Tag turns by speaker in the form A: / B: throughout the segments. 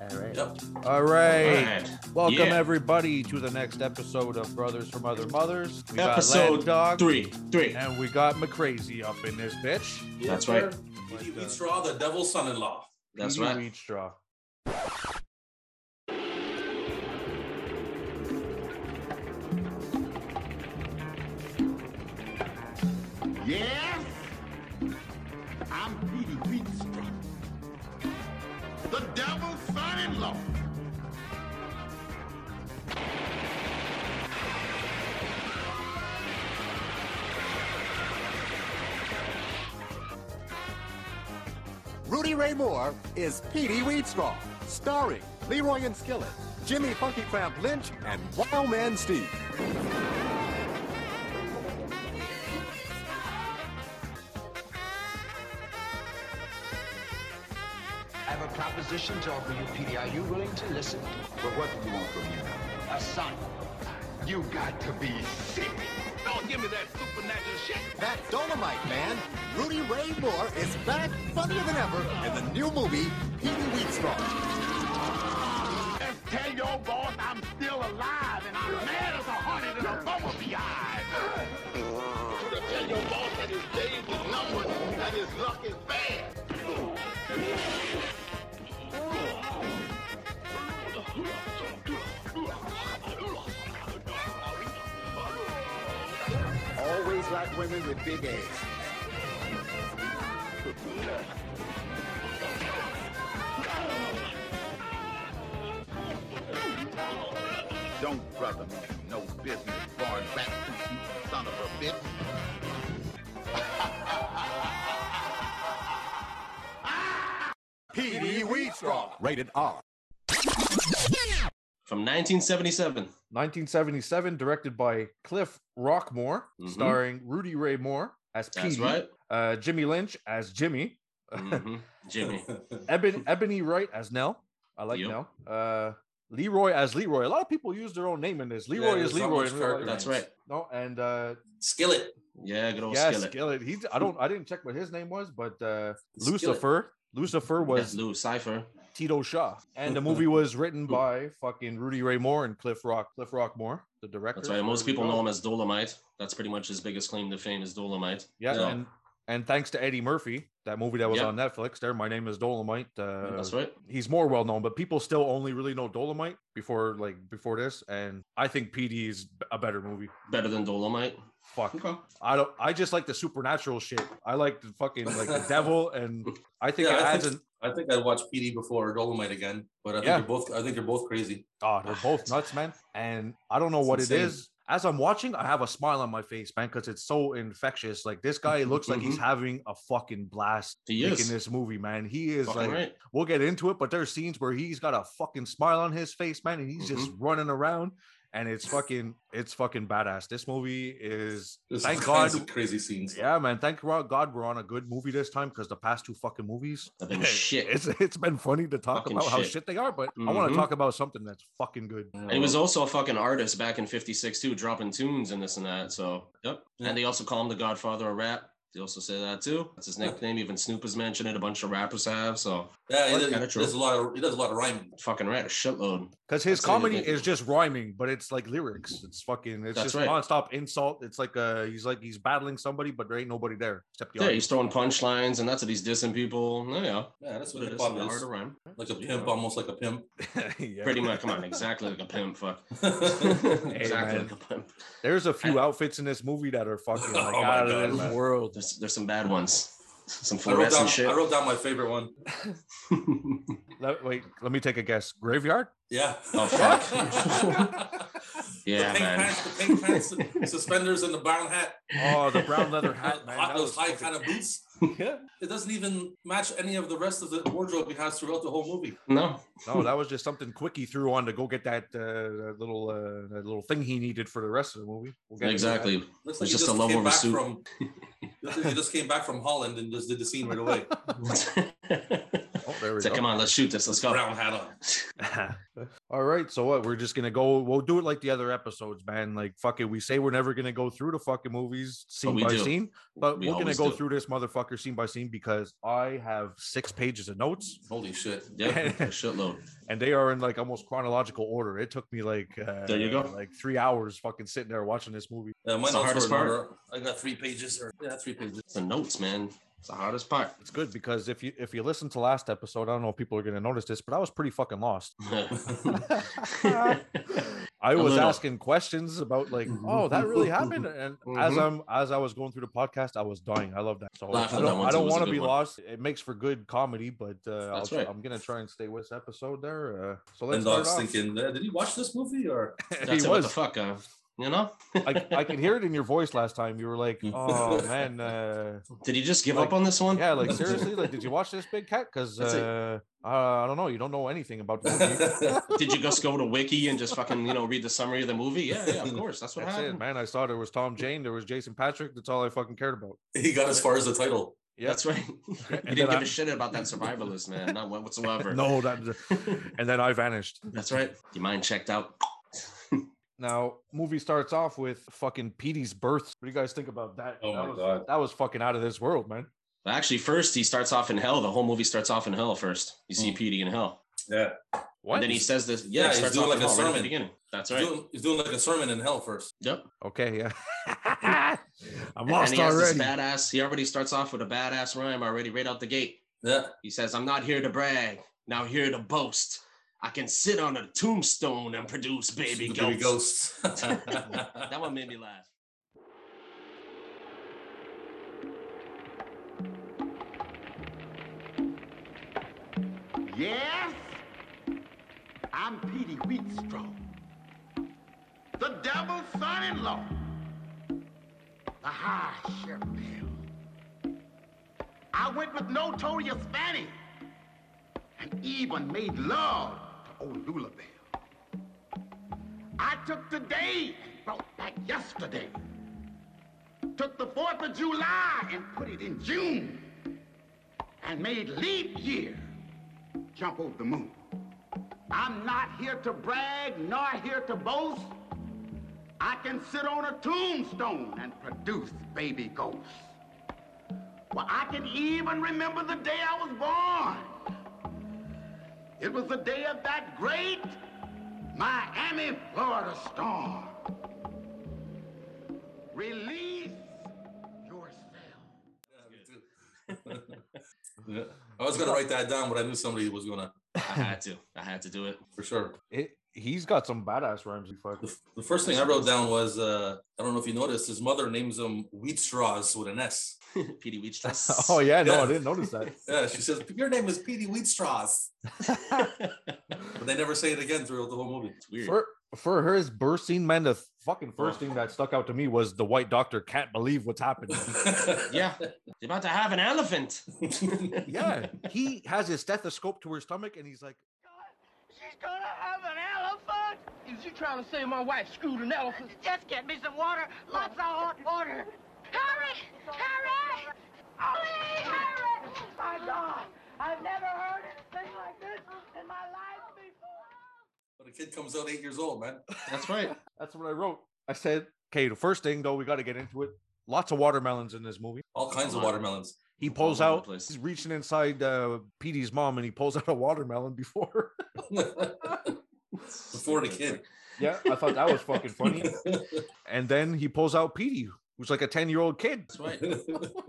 A: All right.
B: Yep.
C: All right.
B: Alright.
C: Welcome
B: Yeah.
C: everybody to the next episode of Brothers from Other Mothers. We
B: Episode
C: got Land Dog
B: Three. Three.
C: and we got McCrazy up in this bitch.
B: That's right.
C: Like, uh,
B: Wheat straw, the devil's son-in-law. That's
C: Petey
B: right.
C: Wheatstraw.
D: Yes, I'm Petey Wheatstraw, the devil's son-in-law.
E: Rudy Ray Moore is Petey Wheatstraw, starring Leroy and Skillet, Jimmy Funky Crab Lynch, and Wildman Steve.
F: I have a proposition to offer you, Petey. Are you willing to listen?
D: But what do you want from me?
F: A son.
D: You got to be sick. Don't give me that supernatural shit.
E: That Dolomite man, Rudy Ray Moore, is back funnier than ever in the new movie, Petey Wheatstraw.
D: Just tell your boss I'm still alive and I'm mad as a hornet in a bumblebee eye. Just tell your boss that his days is numbered and his luck is bad.
E: Always like women with big A's.
D: Don't brother me no business born back to you, son of a bitch.
E: Petey Wheatstraw. Rated R.
B: From 1977.
C: 1977, directed by Cliff Rockmore,
B: Mhm.
C: starring Rudy Ray Moore as Petey,
B: That's right.
C: uh, Jimmy Lynch as Jimmy,
B: Mhm. Jimmy.
C: Eben, Ebony Wright as Nell. I like
B: Yep.
C: Nell. Uh, Leroy as Leroy. A lot of people use their own name in this. Leroy
B: Yeah,
C: is
B: there's not
C: Leroy.
B: much
C: in real life.
B: character That's right.
C: No, and uh,
B: Skillet. Yeah, good old
C: yeah,
B: skillet.
C: Skillet. He, I don't, I didn't check what his name was, but uh,
B: Skillet.
C: Lucifer. Lucifer
B: Was
C: was
B: Lou Cipher.
C: Tito Shaw, and the movie was written by fucking Rudy Ray Moore and Cliff Rock. Cliff Rockmore, the director.
B: That's right. Most
C: There we
B: people
C: go.
B: know him as Dolomite. That's pretty much his biggest claim to fame is Dolomite.
C: Yeah,
B: So,
C: and and thanks to Eddie Murphy, that movie that was
B: Yeah.
C: on Netflix. There, my name is Dolomite. Uh,
B: that's right.
C: He's more well known, but people still only really know Dolomite before like before this. And I think PD is a better movie.
B: Better than Dolomite.
C: Fuck,
B: Okay.
C: I don't. I just like the supernatural shit. I like the fucking like the devil, and I think
B: Yeah,
C: it
B: I
C: adds
B: think-
C: an.
B: I think I'd watch PD before Dolomite again, but I think
C: Yeah.
B: they're both. I think they're both crazy.
C: Oh, they're both nuts, man. And I don't know
B: It's
C: what it
B: insane.
C: is. As I'm watching, I have a smile on my face, man, because it's so infectious. Like this guy looks like he's having a fucking blast
B: Mm-hmm, He
C: making
B: is.
C: this movie, man. He is
B: Fucking
C: like,
B: right.
C: we'll get into it, but there's scenes where he's got a fucking smile on his face, man, and he's just
B: Mm-hmm.
C: running around. And it's fucking, it's fucking badass. This movie is,
B: There's
C: thank
B: all
C: God,
B: kinds of crazy scenes.
C: yeah, man. Thank ro- God we're on a good movie this time because the past two fucking movies,
B: That thing was shit.
C: it's it's been funny to talk
B: Fucking
C: about how
B: shit.
C: shit they are, but I want to
B: Mhm.
C: talk about something that's fucking good.
B: And he was also a fucking artist back in '56 too, dropping tunes and this and that. So, yep. And they also call him the Godfather of Rap. They also say that too. That's his nickname. Even Snoop has mentioned it. A bunch of rappers have. So,
G: Yeah, he
B: Like
G: does,
B: kinda
G: he does a
B: true.
G: lot of he does a lot of rhyming.
B: fucking right, a shitload.
C: Because his
B: I'd say that
C: comedy
B: they-
C: is just rhyming, but it's like lyrics. It's fucking. It's
B: That's
C: just
B: right.
C: nonstop insult. It's like uh, he's like he's battling somebody, but there ain't nobody there except the
B: Yeah,
C: audience.
B: he's throwing punchlines, and that's what he's dissing people. Yeah, yeah.
G: Yeah, that's
B: That's
G: what
B: what it
G: hip
B: is.
G: hop
B: The art
G: is.
B: of rhyme.
G: Like a pimp, almost like a pimp.
C: Yeah.
B: Pretty much. Come on, exactly like a pimp. Fuck.
C: Hey,
B: exactly
C: man.
B: like a pimp.
C: There's a few outfits in this movie that are fucking like
B: Oh my
C: out
B: God,
C: of this
B: man.
C: world.
B: There's there's some bad ones. Some
G: I wrote, down,
B: fluorescent shit.
G: I wrote down my favorite one.
C: Let- wait, let me take a guess. Graveyard.
G: Yeah.
B: Oh, fuck. yeah,
G: the pink
B: man.
G: pants, the pink pants, the suspenders, and the brown hat.
C: Oh, the brown leather hat, man.
G: Hot-
C: that
G: those
C: was
G: high
C: fucking-
G: kind of boots.
C: Yeah.
G: It doesn't even match any of the rest of the wardrobe he has throughout the whole movie.
B: No,
C: No, that was just something quick he threw on to go get that, uh, that little uh, that little thing he needed for the rest of the movie. We'll get into that.
B: exactly.
G: Looks
B: It's
G: like he
B: just a
G: just
B: love
G: came
B: over
G: back
B: suit.
G: from. looks like he just came back from Holland and just did the scene right away.
C: Oh, there we we
B: It's like,
C: go.
B: come on, let's shoot this. Let's go.
G: brown hat on. Uh,
C: All right, so what? We're just gonna go. We'll do it like the other episodes, man. Like fuck it, we say we're never gonna go through the fucking movies scene
B: we
C: by
B: do.
C: scene, but
B: We
C: we are gonna
B: always
C: go
B: do.
C: through this motherfucker scene by scene because I have six pages of notes,
G: Holy shit.
B: Yeah, a shitload.
C: and they are in like almost chronological order. It took me like uh,
B: There you go.
C: like three hours fucking sitting there watching this movie.
G: Yeah, my
B: It's the
G: notes
B: hardest
G: were in order. I got three pages or yeah, three pages.
B: It's the notes, man. It's the hardest part.
C: It's good because if you if you listen to last episode, I don't know if people are gonna notice this, but I was pretty fucking lost. I was
B: little.
C: asking questions about like, oh, that really happened. And as
B: Mhm.
C: I'm as I was going through the podcast, I was dying. I love that. So
B: Laugh at
C: I
B: that
C: don't,
B: one
C: I
B: too, it
C: don't
B: was a
C: want to
B: good
C: be
B: one.
C: lost. It makes for good comedy, but uh, I'll,
B: That's
C: tr-
B: right.
C: I'm gonna try and stay with this episode there. Uh, so let's
G: And
C: start
G: dog's
C: off.
G: thinking, uh, did he watch this movie or?
B: That's
C: He
B: it, what the
C: was.
B: fuck, uh, you know?
C: I, I could hear it in your voice last time. You were like, "Oh man, uh,
B: Did he just give
C: Like,
B: up on this one?
C: yeah, like seriously, like did you watch this big cat? Because
B: That's it.
C: uh, uh, I don't know, you don't know anything about the movie."
G: That's
B: Did you just go to Wiki and just fucking, you know, read the summary of the movie? Yeah, yeah, of course. That's what
C: That's it,
B: happened.
C: man. I saw there was Tom Jane, there was Jason Patrick. That's all I fucking cared about.
G: he got as far as the title.
C: Yeah,
B: That's right. You
C: then
B: didn't give
C: I-
B: a shit about that survivalist, man. Not one whatsoever.
C: no, that. and then I vanished.
B: That's right. Your mind checked out.
C: Now, movie starts off with fucking Petey's birth. What do you guys think about that?
G: Oh
C: that
G: my
C: was,
G: God.
C: that was fucking out of this world, man.
B: Well, actually, first he starts off in hell. The whole movie starts off in hell first. You
C: Hmm.
B: see Petey in hell.
G: Yeah.
B: And then he says this.
G: Yeah,
B: Yeah, he
G: he's
B: starts
G: doing
B: off
G: like
B: in
G: a
B: hell right at the
G: sermon.
B: beginning. That's
G: He's,
B: right.
G: doing, he's doing like a sermon in hell first.
B: Yep.
C: Okay, yeah. I'm
B: and
C: lost
B: he has
C: already.
B: this badass. He already starts off with a badass rhyme already right out the gate.
G: Yeah.
B: He says, I'm not here to brag, now here to boast. I can sit on a tombstone and produce
G: The
B: baby goats.
G: baby ghosts.
B: that one made me laugh.
D: Yes, I'm Petey Wheatstraw, the devil's son-in-law, the high sheriff. I went with notorious Fanny, and even made love to old Lulabelle. I took today and brought back yesterday. Took the 4th of July and put it in June. And made leap year jump over the moon. I'm not here to brag, nor here to boast. I can sit on a tombstone and produce baby ghosts. Well, I can even remember the day I was born. It was the day of that great Miami, Florida storm. Release yourself.
G: Yeah. I was gonna write that down, but I knew somebody was gonna
B: I had to. I had to do it.
G: for sure.
C: It- he's got some badass rhymes. He fucking.
G: The, the first thing I wrote down was uh, I don't know if you noticed, his mother names him Wheat Straws with an S.
B: Petey Wheatstraw.
C: Oh yeah, no,
G: Yeah.
C: I didn't notice that.
G: Yeah, she says your name is Petey Wheatstraws, but they never say it again throughout the whole movie.
B: It's weird.
C: For for his birth scene, man, the fucking first
B: Oh.
C: thing that stuck out to me was the white doctor can't believe what's happening.
B: yeah. They're about to have an elephant.
C: yeah, he has his stethoscope to her stomach, and he's like,
A: She's gonna have an elephant? Is you trying to say my wife screwed an elephant?
H: Just get me some water, lots of hot water. Hurry! Hurry! Please hurry! My God, I've never heard anything like this in my life before.
G: But a kid comes out eight years old, man.
B: That's right.
C: "That's what I wrote." I said, "Okay." The first thing though, we got to get into it. Lots of watermelons in this movie.
G: All kinds of watermelons.
C: He
B: All
C: pulls
B: over the
C: out.
B: place.
C: He's reaching inside uh, Petey's mom, and he pulls out a watermelon before.
G: Before the kid.
C: yeah, I thought that was fucking funny. And then he pulls out Petey, who's like a ten-year-old kid.
B: That's right.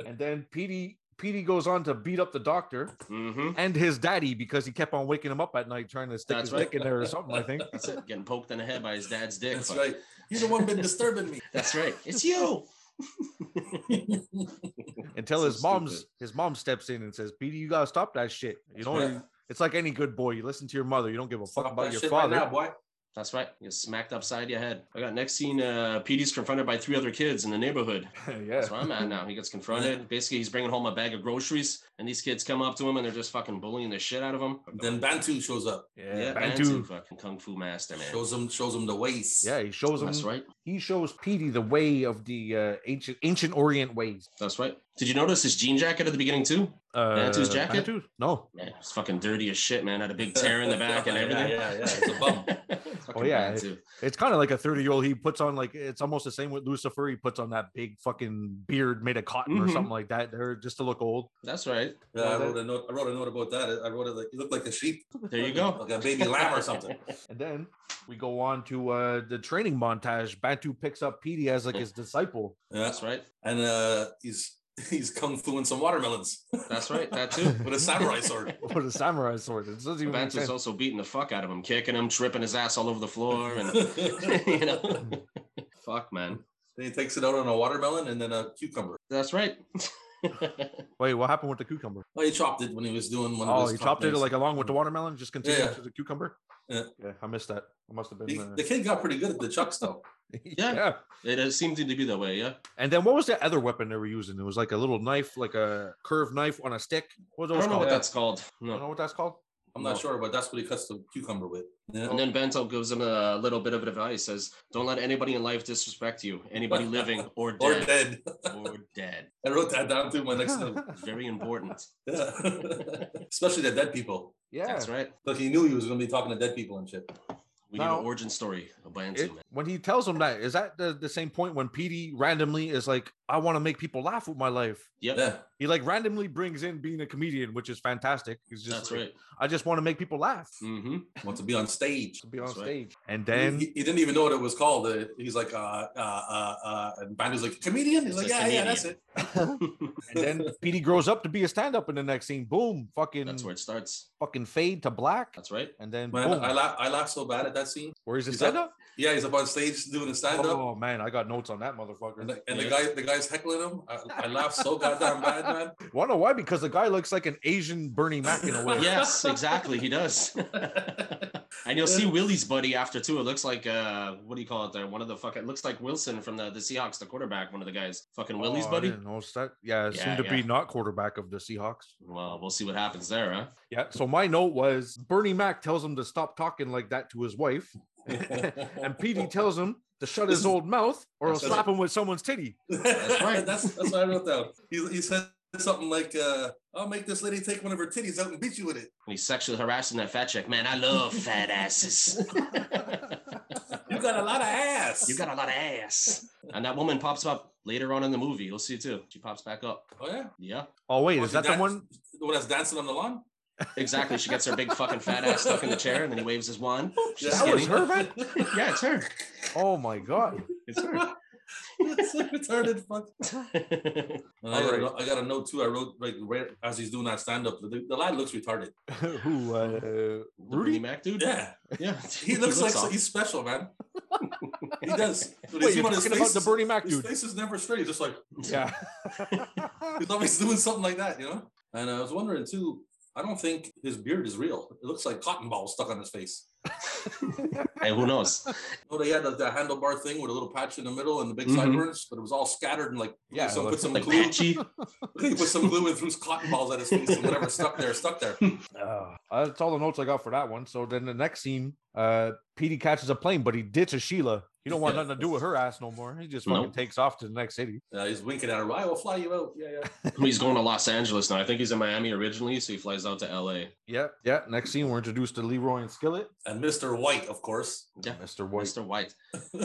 C: And then Petey, Petey goes on to beat up the doctor
B: Mm-hmm.
C: and his daddy because he kept on waking him up at night trying to stick
B: That's
C: his
B: right.
C: dick in there or something. I think.
B: That's it. Getting poked in the head by his dad's dick.
G: That's
B: but-
G: right. You're the one been disturbing me.
B: That's right. It's you.
C: until
B: So
C: his mom's
B: stupid.
C: his mom steps in and says, "Petey, you gotta stop that shit." You know,
G: Yeah.
C: it's like any good boy. You listen to your mother. You don't give a fuck
G: Stop
C: about
G: that
C: your
G: shit right
C: father.
G: now, boy.
B: That's right. You get smacked upside your head. I got next scene. Uh, PD's confronted by three other kids in the neighborhood.
C: yeah.
B: That's where I'm at now. He gets confronted. Basically, he's bringing home a bag of groceries, and these kids come up to him and they're just fucking bullying the shit out of him.
G: Then Bantu shows up,
C: Yeah.
B: Yeah,
C: Bantu.
B: Bantu, fucking kung fu master, man.
G: shows him, shows him the ways.
C: Yeah, he shows him.
B: That's right.
C: He shows Petey the way of the uh, ancient ancient Orient ways.
B: That's right. Did you notice his jean jacket at the beginning too?
C: Uh,
B: Bantu's jacket?
C: Bantu? No.
B: Man, it's fucking dirty as shit, man. Had a big tear in the back and
G: Yeah,
B: everything.
G: yeah, yeah, it's a bum.
B: It's fucking
C: Oh, yeah.
B: Bantu.
C: It's kind of like a 30 year old. He puts on like it's almost the same with Lucifer. He puts on that big fucking beard made of cotton or
G: Mm-hmm.
B: Mhm.
C: something like that. There just to look old.
B: That's right.
G: Yeah, I wrote a note. I wrote a note about that. I wrote it like you look like a sheep.
B: There you go.
G: like a baby lamb or something.
C: And then we go on to uh the training montage. Bantu picks up Petey as like his disciple.
G: Yeah,
B: That's right.
G: and uh, he's he's kung fuing some watermelons
B: That's right. That too.
G: with a samurai sword.
C: With a samurai sword. It doesn't even make
B: Bantu's
C: sense.
B: also beating the fuck out of him, kicking him, tripping his ass all over the floor, and you know, fuck, man.
G: Then he takes it out on a watermelon and then a cucumber.
B: That's right.
C: Wait, what happened with the cucumber?
G: Well, he chopped it when he was doing one of
C: Oh,
G: his
C: he
G: top
C: chopped it
G: things.
C: like along with the watermelon, just continued
G: Yeah.
C: to the cucumber.
G: Yeah.
C: I missed that. I must have
G: He-
C: been. Uh,
G: the kid got pretty good at the chucks though.
B: Yeah. it, it seemed to be that way. Yeah.
C: And then what was that other weapon they were using? It was like a little knife, like a curved knife on a stick. What
B: I
C: was those
B: don't know
C: called?
B: what that's called.
C: I don't
B: No.
C: know what that's called.
G: I'm
C: Oh.
G: not
B: No.
G: sure, but that's what he cuts the cucumber with. Yeah.
B: And then Bento gives him a little bit of advice. Says, "Don't let anybody in life disrespect you. Anybody living or
G: or
B: dead,
G: dead.
B: or dead.
G: I wrote that down too. My next note.
B: It's very important.
G: Yeah. Especially the dead people.
C: yeah.
B: That's right.
G: But he knew he was going to be talking to dead people and shit.
B: We
C: Now-
B: need an origin story of Bantu,
C: It-
B: man.
C: when he tells him that, is that the, the same point when PD randomly is like, I want to make people laugh with my life?
B: Yep.
G: Yeah.
C: He like randomly brings in being a comedian, which is fantastic. He's just
B: That's
C: like,
B: right.
C: I just want to make people laugh
B: Mm-hmm.
G: Want to be on stage.
C: to be on
B: That's right.
C: stage. And
G: And
C: then
G: he, he didn't even know what it was called. Uh, He's like, uh, uh, uh, uh, and Bandu's like, comedian? He's
B: It's
G: like,
B: a
G: yeah, yeah,
B: comedian.
G: that's it.
C: and then PD grows up to be a stand-up in the next scene. Boom. Fucking
B: That's where it starts.
C: fucking fade to black.
B: That's right.
C: And then
G: Man,
C: boom.
G: I, laugh, I laugh so bad at that scene.
C: where is it
G: He's like,
C: stand up?
G: Yeah, he's up on stage doing a stand up.
C: Oh man, I got notes on that motherfucker.
G: And, the, and the
B: Yeah.
G: guy, the guy's heckling him. I, I laugh so goddamn bad, man.
C: Wonder why? Because the guy looks like an Asian Bernie Mac in a way.
B: Yes, exactly. He does. and you'll see Willie's buddy after too. It looks like uh, what do you call it there? One of the fucking it looks like Wilson from the, the Seahawks, the quarterback, one of the guys. Fucking Willie's
C: Oh, I
B: buddy.
C: didn't notice that. Yeah, it
B: Yeah,
C: seemed to be
B: yeah.
C: not quarterback of the Seahawks.
B: Well, we'll see what happens there, huh?
C: Yeah. So my note was Bernie Mac tells him to stop talking like that to his wife, and PD tells him to shut his old mouth or he'll
G: That's
C: slap him with someone's titty.
G: That's
B: right.
G: that's that's what I wrote down. He, he said something like, uh, "I'll make this lady take one of her titties out and beat you with it."
B: And he's sexually harassing that fat chick. Man, I love fat asses.
G: You got a lot of ass.
B: you got a lot of ass. And that woman pops up later on in the movie. You'll see too. She pops back up.
G: Oh yeah.
B: Yeah,
C: Oh wait,
G: Oh,
C: is that the
G: dan-
C: one?
G: The one that's dancing on the lawn.
B: exactly. She gets her big fucking fat ass stuck in the chair, and then he waves his wand. She's
G: That was
B: skinny.
C: her, man?
B: Yeah, it's her.
C: Oh my god.
B: It's her.
G: it's like retarded fuck. And I,
C: All
G: got
C: right.
G: a, I got a note too. I wrote like right as he's doing that stand up. The, the lad looks retarded.
C: Who uh,
B: The Bernie
C: Rudy?
B: Mac dude.
G: Yeah,
B: yeah.
G: he looks like
B: off.
G: he's special, man. He does. When you
C: Wait,
G: see
C: you're
G: him on his
C: talking
G: face,
C: about the Bernie Mac
G: his
C: dude.
G: face is never straight. He's just like
C: Yeah.
G: he's always doing something like that, you know. And I was wondering too. I don't think his beard is real. It looks like cotton balls stuck on his face.
B: Hey, who knows?
G: Oh, they had the, the handlebar thing with a little patch in the middle and the big
B: Mhm.
G: sideburns, but it was all scattered and like
C: Yeah, it
G: So put
C: looks
G: some
B: Like
G: glue.
B: patchy.
G: He put some glue and threw cotton balls at his face and whatever stuck there stuck there.
C: Uh, that's all the notes I got for that one. So then the next scene, uh, Petey catches a plane, but he ditches Sheila. He don't want
G: Yeah.
C: nothing to do with her ass no more. He just fucking
B: Nope.
C: takes off to the next city.
G: Uh, he's winking at her. I will fly you out. Yeah, yeah.
B: He's going to Los Angeles now. I think he's in Miami originally, so he flies out to LA.
C: Yeah, yeah. Next scene, we're introduced to Leroy and Skillet,
G: And Mr. White, of course.
B: Yeah.
C: Mr. White.
B: Mr. White.
G: So,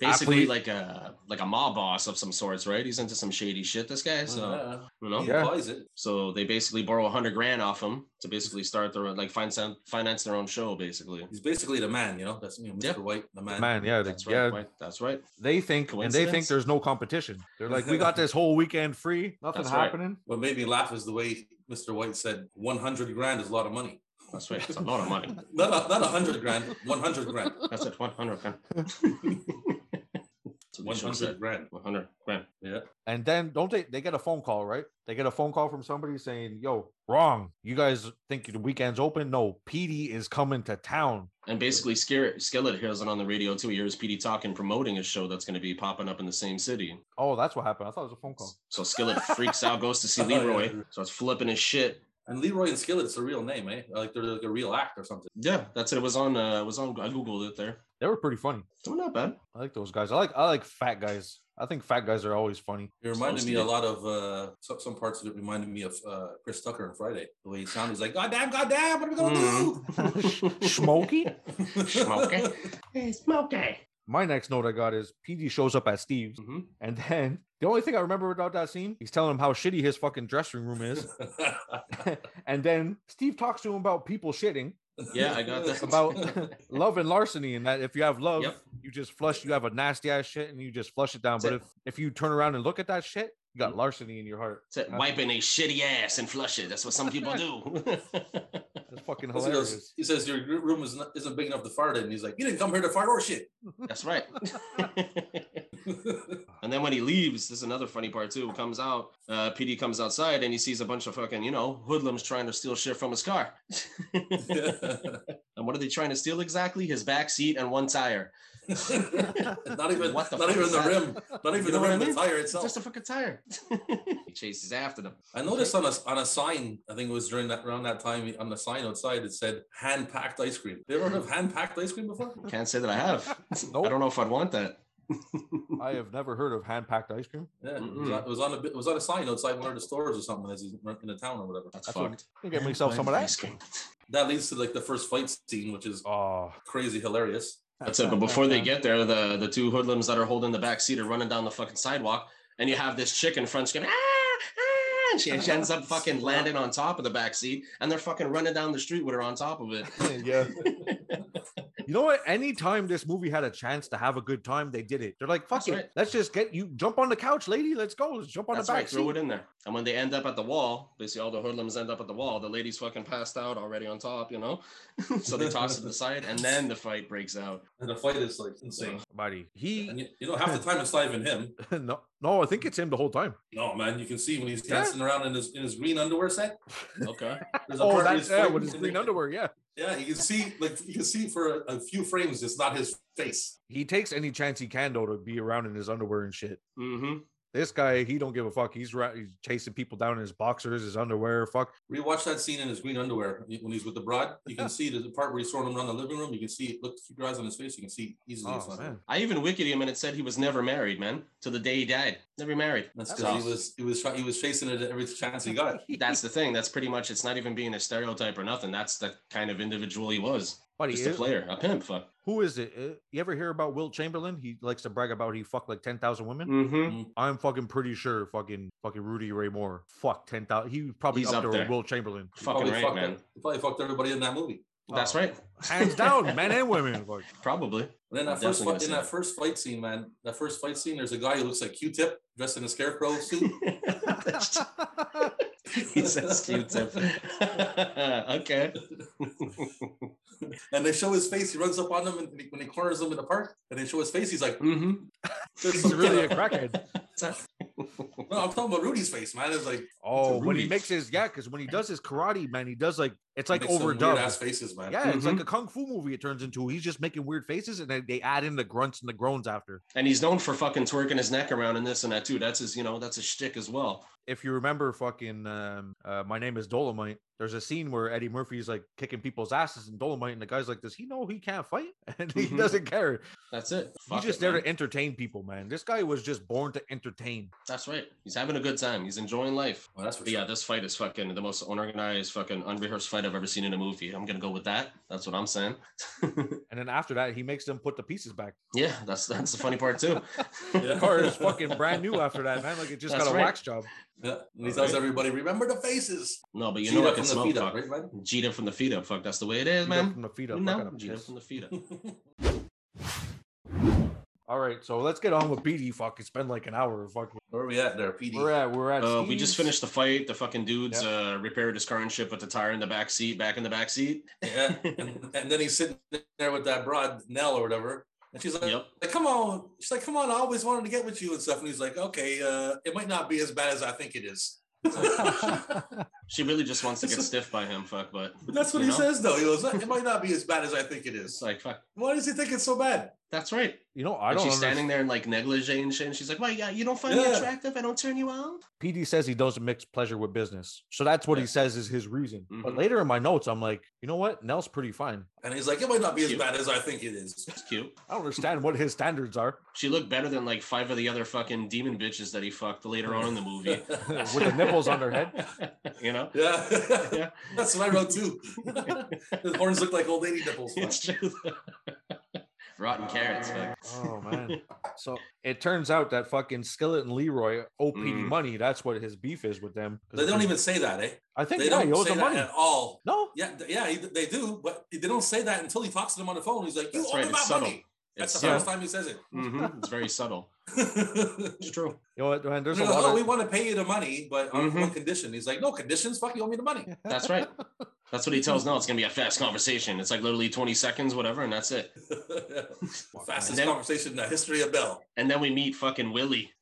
B: Basically
C: Athlete.
B: like a like a mob boss of some sorts, right? He's into some shady shit, this guy. So you know.
G: he
C: Yeah.
G: buys it.
B: So they basically borrow a hundred grand off him to basically start their own- like finance finance their own show, basically.
G: He's basically the man, you know. That's you know, Mr.
B: Yeah.
G: White, the man.
C: Man, yeah,
B: That's
C: yeah.
B: right. White. That's right.
C: They think and they think
B: Coincidence?
C: there's no competition. They're like, we got this whole weekend free, nothing
B: That's right.
C: happening.
G: What made me laugh is the way Mr. White said 100 grand is a lot of money.
B: That's right. It's a lot of money.
G: Not, a, not 100 grand, 100 grand.
B: That's it. One hundred grand. That's what they should've
G: 100
B: said.
G: grand.
B: 100 grand.
G: Yeah.
C: And then don't they they get a phone call, right? They get a phone call from somebody saying, Yo, wrong. You guys think the weekend's open? No, PD is coming to town.
B: And basically, Scar- Skillet hears it on the radio too. He hears PD talking, promoting a show that's going to be popping up in the same city.
C: Oh, that's what happened. I thought it was a phone call.
B: So Skillet freaks out, goes to see
G: Oh, yeah.
B: Leroy, starts flipping his shit.
G: And Leroy and Skillet's a real name, eh? Like they're like a real act or something.
B: Yeah, that's it. It was on. Uh, it was on. I googled it there.
C: They were pretty funny.
B: Oh, not bad.
C: I like those guys. I like I like fat guys. I think fat guys are always funny.
G: It reminded
B: Supposed
G: me
B: to
G: a
B: be.
G: lot of uh, some, some parts of it reminded me of uh, Chris Tucker on Friday. The way he sounded, he's like, "God damn, God damn, what are we gonna
C: Smokey.
G: do?"
B: Smokey.
C: My next note I got is PD shows up at Steve's,
B: Mhm.
C: and then the only thing I remember about that scene, he's telling him how shitty his fucking dressing room is, and then Steve talks to him about people shitting,
B: Yeah, I got that.
C: about love and larceny, and that if you have love,
B: Yep.
C: you just flush, you have a nasty ass shit, and you just flush it down.
B: That's
C: but
B: it. Mm-hmm.
C: if if you turn around and look at that shit, you got larceny in your heart.
B: That's it. Wiping a shitty ass and flush it. That's what some people do.
C: That's fucking
G: He goes-
C: hilarious.
G: he says your gr- room is not, isn't big enough to fart in. He's like, you didn't come here to fart or shit.
B: that's right. and then when he leaves, this is another funny part too. Comes out, uh, PD comes outside and he sees a bunch of fucking, you know, hoodlums trying to steal shit from his car. And what are they trying to steal exactly? His back seat and one tire.
G: not even,
B: What the
G: not
B: fuck
G: even
B: is
G: the
B: that?
G: rim, not even
B: You know
G: the
B: what I
G: rim, the
B: mean?
G: tire
B: It's
G: itself.
B: just a fucking tire. he chases after them.
G: I noticed on a on a sign, I think it was during that around that time on the sign outside, it said hand packed ice cream. You ever heard of hand packed ice cream before?
B: Can't say that I have.
C: Nope.
B: I don't know if I'd want that.
C: I have never heard of hand packed ice cream.
G: Yeah, it was
C: Mm-hmm.
B: Mm-mm.
G: on- it was on a bit- it was on a sign outside one of the stores or something as he's run- in the town or whatever.
B: That's,
C: That's what-
B: fucked.
C: I get myself some of that.
B: Ice cream.
G: That leads to like the first fight scene, which is
C: Oh,
G: crazy hilarious.
B: That's it. But before they get there, the the two hoodlums that are holding the back seat are running down the fucking sidewalk, and you have this chick in front screaming, ah, ah, and she, she ends up fucking landing on top of the back seat, and they're fucking running down the street with her on top of it.
C: yeah. you know what? Anytime this movie had a chance to have a good time, they did it. They're like, fuck
B: That's
C: it.
B: right.
C: Let's just get you jump on the couch, lady. Let's go. Let's jump on
B: That's
C: the back
B: right. Throw
C: seat.
B: it in there, and when they end up at the wall, basically all the hoodlums end up at the wall. The lady's fucking passed out already on top, you know. so they toss it to the side, and then the fight breaks out.
G: And the fight is like insane.
C: Buddy, he
G: And you, you know, half the time it's not even him.
C: no, no, I think it's him the whole time.
G: No, man, you can see when he's
C: Yeah.
G: dancing around in his in his green underwear set.
B: Okay.
G: There's a part
C: Oh,
G: where
C: that's
G: he's
C: yeah,
G: fighting
C: with his
G: and
C: green
G: they-
C: underwear. Yeah,
G: Yeah, you can see like you can see for a, a few frames it's not his face.
C: he takes any chance he can though to be around in his underwear and shit.
B: Mm-hmm.
C: This guy, he don't give a fuck. He's ra- he's chasing people down in his boxers, his underwear. Fuck.
G: Rewatch that scene in his green underwear when he's with the broad. You can see the part where he's throwing him around the living room. You can see look keep your eyes on his face. You can see easily. it's
C: Oh
G: not him.
C: man,
B: I even wicked him, and it said he was never married, man, to the day he died. Never married.
G: That's
B: That's
G: because
B: awesome.
G: he was he was try- he was chasing it every chance he got.
B: That's the thing. That's pretty much. It's not even being a stereotype or nothing. That's the kind of individual he was.
C: buddy.
B: Just a
C: it-
B: player, a pimp. Fuck.
C: who is it? Uh, You ever hear about Will Chamberlain? He likes to brag about he fucked like ten thousand women.
B: Mm-hmm.
C: I'm fucking pretty sure fucking fucking Rudy Ray Moore fuck ten thousand. He was probably
B: He's
C: up,
B: up
C: there, with
B: there.
C: Will Chamberlain,
B: Fucking right,
G: fucked
B: man.
G: up- he probably fucked everybody in that movie.
B: That's right.
C: hands down, men and women. Fuck.
B: Probably.
G: And then that
B: I'm
G: first
B: definitely
G: fight, in
B: gonna say
G: that
B: it.
G: first fight scene, man, that first fight scene, there's a guy who looks like Q-Tip dressed in a scarecrow suit.
B: he says Q-tip. okay.
G: and they show his face. He runs up on them and when he corners them in the park, and they show his face. He's like,
B: Mm-hmm.
G: "There's
C: He's
G: some
C: really a
G: kind of-"
C: crackhead.
G: No, I'm talking about Rudy's face, man. It's like
C: Oh, when he
G: Rudy.
C: makes his yeah, because when he does his karate, man, he does like it's like
G: overdone ass
C: overdone.
G: faces, man.
C: Yeah, it's like a kung fu movie. It turns into he's just making weird faces, and then they add in the grunts and the groans after.
B: And he's known for fucking twerking his neck around and this and that too. That's his, you know, that's his shtick as well.
C: If you remember, fucking, um, uh, my name is Dolomite. There's a scene where Eddie Murphy's like kicking people's asses in Dolomite, and the guy's like, "Does he know he can't fight?" And he
B: Mhm.
C: doesn't care.
B: That's it. Fuck
C: He's just
B: it,
C: there
B: man.
C: to entertain people, man. This guy was just born to entertain.
B: That's right. He's having a good time. He's enjoying life.
G: Well, that's for
B: But yeah, this fight is fucking the most unorganized, fucking unrehearsed fight I've ever seen in a movie. I'm gonna go with that. That's what I'm saying.
C: And then after that, he makes them put the pieces back.
B: yeah, that's that's the funny part too.
C: The car is fucking brand new after that, man. Like it just
B: That's
C: got a
B: right.
C: wax job.
G: Yeah. And he tells everybody, "Remember the faces."
B: No, but you
G: Cheetah
B: know I
G: from
B: can
G: the
B: smoke
G: feet up,
B: fuck.
G: right, man?
B: Jeter from the feet up. Fuck, that's the way it is,
C: Feet up
B: man.
C: from the feet
B: You
C: up.
B: know,
C: fuck it up,
B: Jeter
C: yes.
B: from the feet up.
C: All right, so let's get on with PD. Fuck, it's been like an hour. Fuck,
G: Where are we at there, PD?
C: we're at we're at.
B: Uh, we
C: Steve's.
B: just finished the fight. The fucking dudes uh, repaired his car and shit, put the tire in the back seat, back in the back seat.
G: Yeah. And, and then he's sitting there with that broad Nell or whatever. And she's like,
B: Yep.
G: like, come on. She's like, come on. I always wanted to get with you and stuff. And he's like, okay, uh, it might not be as bad as I think it is.
B: She really just wants to get stiff by him, fuck. But
G: That's what
B: You
G: he
B: know?
G: says, though. He goes, it might not be as bad as I think it
B: it's
G: is.
B: like, fuck.
G: Why does he think it's so bad?
B: That's right.
C: You know, I
B: And
C: don't.
B: she's
C: understand.
B: standing there in like negligee and shit. And she's like, "Why? Yeah, you don't find me
G: Yeah.
B: attractive? I don't turn you on."
C: PD says he doesn't mix pleasure with business, so that's what he
B: Yeah.
C: says is his reason. But
B: Mhm.
C: later in my notes, I'm like, you know what? Nell's pretty fine.
G: And he's like, it might not be as
B: Cute.
G: bad as I think it is.
B: It's cute.
C: I don't understand what his standards are
B: She looked better than like five of the other fucking demon bitches that he fucked later on in the movie.
C: with the nipples on their head.
B: you know?
G: Yeah.
B: Yeah.
G: That's what I wrote too. the horns look like old lady nipples.
B: It's true. Rotten carrots. fuck.
C: Oh man! So it turns out that fucking Skillet and Leroy owe PD
B: Mm.
C: money. That's what his beef is with them. 'Cause
G: They don't
C: they-
G: even say that, eh?
C: I think
G: They
C: yeah, he
G: don't
C: owes
G: say
C: them
G: that
C: money.
G: at all.
C: No,
G: Yeah, th- yeah, he- they do, but they don't say that until he talks to them on the phone. He's like, "You
B: That's
G: owe
B: right,
G: me
B: it's
G: my
B: subtle.
G: money." That's
B: It's
G: the first
B: subtle.
G: time he says it.
B: Mhm, It's very subtle. It's true.
C: you know what, man? There's
G: They're
C: a
G: like,
C: lot
G: "Oh,
C: of
G: we want to pay you the money, but on
B: Mhm.
G: one condition." He's like, "No conditions. Fuck, you owe me the money."
B: That's right. That's what he tells Nell. It's gonna be a fast conversation. It's like literally 20 seconds, whatever, and that's it.
G: Fastest
B: And then-
G: conversation in the history of Bell.
B: And then we meet fucking Willie.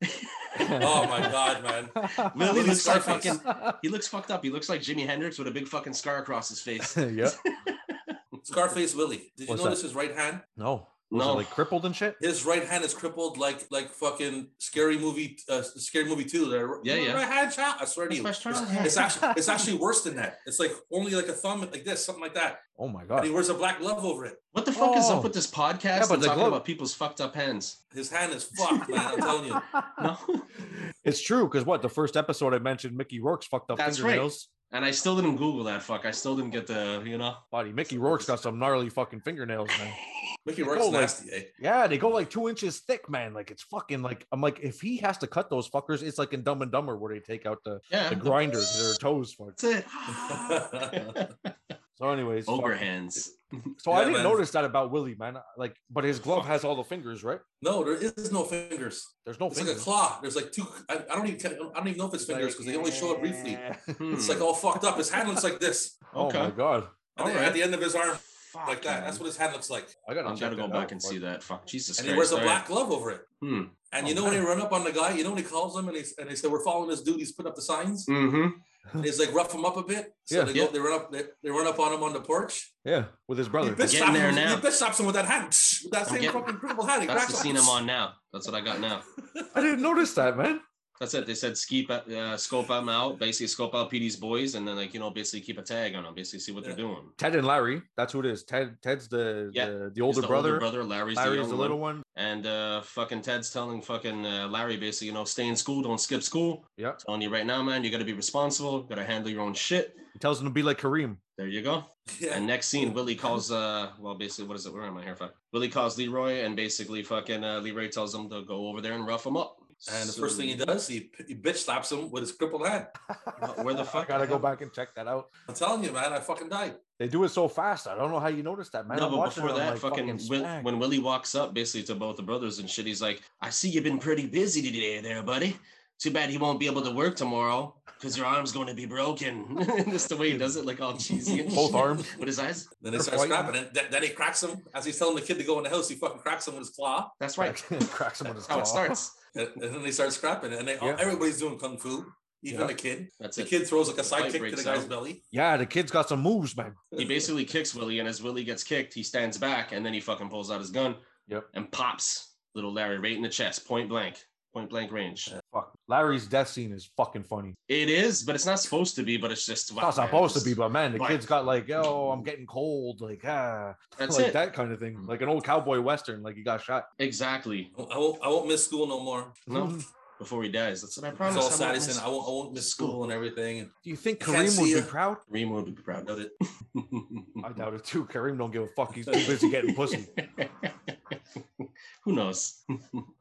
G: Oh my god, man!
B: Willie
G: Willie
B: looks like
G: Scarface.
B: fucking. He looks fucked up. He looks like Jimi Hendrix with a big fucking scar across his face.
C: yeah.
G: Scarface Willie. Did you
C: What's
G: notice his right hand?
C: No, was
B: No.
C: it like crippled and shit?
G: His right hand is crippled, like like fucking scary movie, uh, scary movie two. There,
B: Yeah,
G: My
B: yeah.
G: Right hand shot. I swear to
B: That's
G: you,
B: my
G: it's,
B: strong hand.
G: it's actually it's actually worse than that. It's like only like a thumb, like this, something like that.
C: Oh my
G: And he
C: god!
G: wears a black glove over it.
B: What the fuck is
C: Oh.
B: up with this podcast
C: Yeah, but
B: and
C: the
B: talking
C: glove-
B: about people's fucked up hands?
G: His hand is fucked, man. I'm telling you.
B: No.
C: It's true because what the first episode I mentioned, Mickey Rourke's fucked up
B: That's right.
C: fingernails.
B: And I still didn't Google that fuck. I still didn't get the, you know.
C: Buddy, Mickey Rourke's got some gnarly fucking fingernails, man.
G: Mickey Rourke's
C: Oh, like-
G: nasty, eh?
C: Yeah, they go like two inches thick, man. Like it's fucking like I'm like if he has to cut those fuckers, it's like in Dumb and Dumber where they take out the,
B: Yeah.
C: the grinders, their toes. Fuck.
B: That's
G: it.
C: So, anyways, fuck.
B: Ogre hands.
C: so I
G: Yeah,
C: didn't
G: man.
C: notice that about Willie, man. Like, but his glove has all the fingers, right?
G: No, there is no fingers.
C: There's no
G: It's like a
C: fingers.
G: claw. There's like two. I, I don't even. I don't even know if it's
C: It's like,
G: fingers because they only show it briefly.
B: Hmm.
G: It's like all fucked up. His hand looks like this
C: Oh
B: okay.
C: my god!
G: at, the,
C: Alright.
G: at the end of his arm,
B: Fuck,
G: like that. That's
B: man.
G: what his hand looks like.
C: I gotta,
B: I'm
C: check
B: gonna go
C: that
B: back
C: out,
B: and
C: fuck.
B: see that. Fuck, Jesus
G: And
B: Christ.
G: he wears a
B: all right.
G: black glove over it.
B: Hmm.
G: And
C: Oh,
G: you know when he run up on the guy, you know when he calls him and he's and he said, "We're following this dude. He's put up the signs."
B: Mm-hmm.
G: And he's like, "Rough him up a bit." So
C: Yeah.
G: they
B: Yeah. Oh,
G: go. They run up. They, they run up on him on the porch.
C: Yeah, with his
G: He
C: brother.
G: bitch
B: Getting
G: slaps
B: there
G: him.
B: now.
G: He bitch slaps him with that hand. With that
B: I'm
G: same
B: getting-
G: fucking crippled hand. He
B: That's
G: cracks
B: the
G: him.
B: scene I'm on now. That's what I got now.
C: I didn't notice that, man.
B: That's it. They said skeep out, uh, scope them out, basically scope out PD's boys, and then like you know basically keep a tag on them, basically see what they're
G: Yeah.
B: doing.
C: Ted and Larry. That's who it is. Ted. Ted's the
B: Yeah,
C: the, the
B: He's
C: older
B: the
C: brother.
B: older brother. Larry's the,
C: Larry is
B: younger
C: the
B: one.
C: little one.
B: And uh, fucking Ted's telling fucking uh, Larry basically, you know, stay in school, don't skip school.
C: Yep.
B: Telling you right now, man, you got to be responsible, got to handle your own shit.
C: He tells him to be like Kareem.
B: There you go.
G: Yeah.
B: And next scene, Willie calls, uh, well, basically, what is it? Where am I here? Fuck. Willie calls Leroy, and basically, fucking uh, Leroy tells him to go over there and rough him up.
G: And the
B: So-
G: first thing he does, he, he bitch slaps him with his crippled hand.
B: where the
C: I
B: fuck?
C: gotta go back and check that out.
G: I'm telling you, man, I fucking died.
C: They do it so fast. I don't know how you notice that, man.
B: No,
C: I'm
B: but
C: watching
B: before
C: it, I'm
B: that,
C: like,
B: fucking, Will,
C: smack.
B: when Willie walks up basically to both the brothers and shit, he's like, I see you've been pretty busy today, there, buddy. Too bad he won't be able to work tomorrow because your arm's going to be broken. That's the way he does it, like all cheesy. and
C: both
B: shit.
C: arms.
B: With his eyes.
G: Then they
C: They're
G: start
C: fighting.
G: scrapping. And th- then he cracks him as he's telling the kid to go in the house. He fucking cracks him with his claw.
B: That's right.
C: cracks him with his
B: That's how
C: claw.
B: it starts.
G: And, and then they start scrapping. And they,
C: Yeah.
G: everybody's doing kung fu, even
C: Yeah.
G: the kid.
B: That's
G: The
B: it.
G: kid throws like a
B: The fight
G: side kick to
B: breaks
G: the guy's
B: out.
G: belly.
C: Yeah, the kid's got some moves, man.
B: He basically kicks Willie, and as Willie gets kicked, he stands back and then he fucking pulls out his gun
C: Yep.
B: and pops little Larry right in the chest, point blank, point blank range.
C: Fuck. Larry's death scene is fucking funny.
B: It is, but it's not supposed to be, but it's just wow,
C: It's not
B: man,
C: supposed to
B: just-
C: be, but man, the
B: Right.
C: kid's got like, oh, I'm getting cold, like ah,
B: That's
C: like
B: it.
C: that kind of thing, like an old cowboy western, like he got shot.
B: Exactly.
G: I won't, I won't miss school no more.
B: No, before he dies. That's what I
G: It's
B: promise.
G: all
B: I'm
G: sad.
B: not
G: He's saying,
B: missing-
G: I won't, I won't miss school and everything.
C: Do you think
G: I can't
C: Kareem would
G: see
C: be
G: ya.
C: proud?
B: Kareem would be proud of it.
C: I doubt it too. Kareem don't give a fuck. He's too busy getting pussy.
B: Who knows?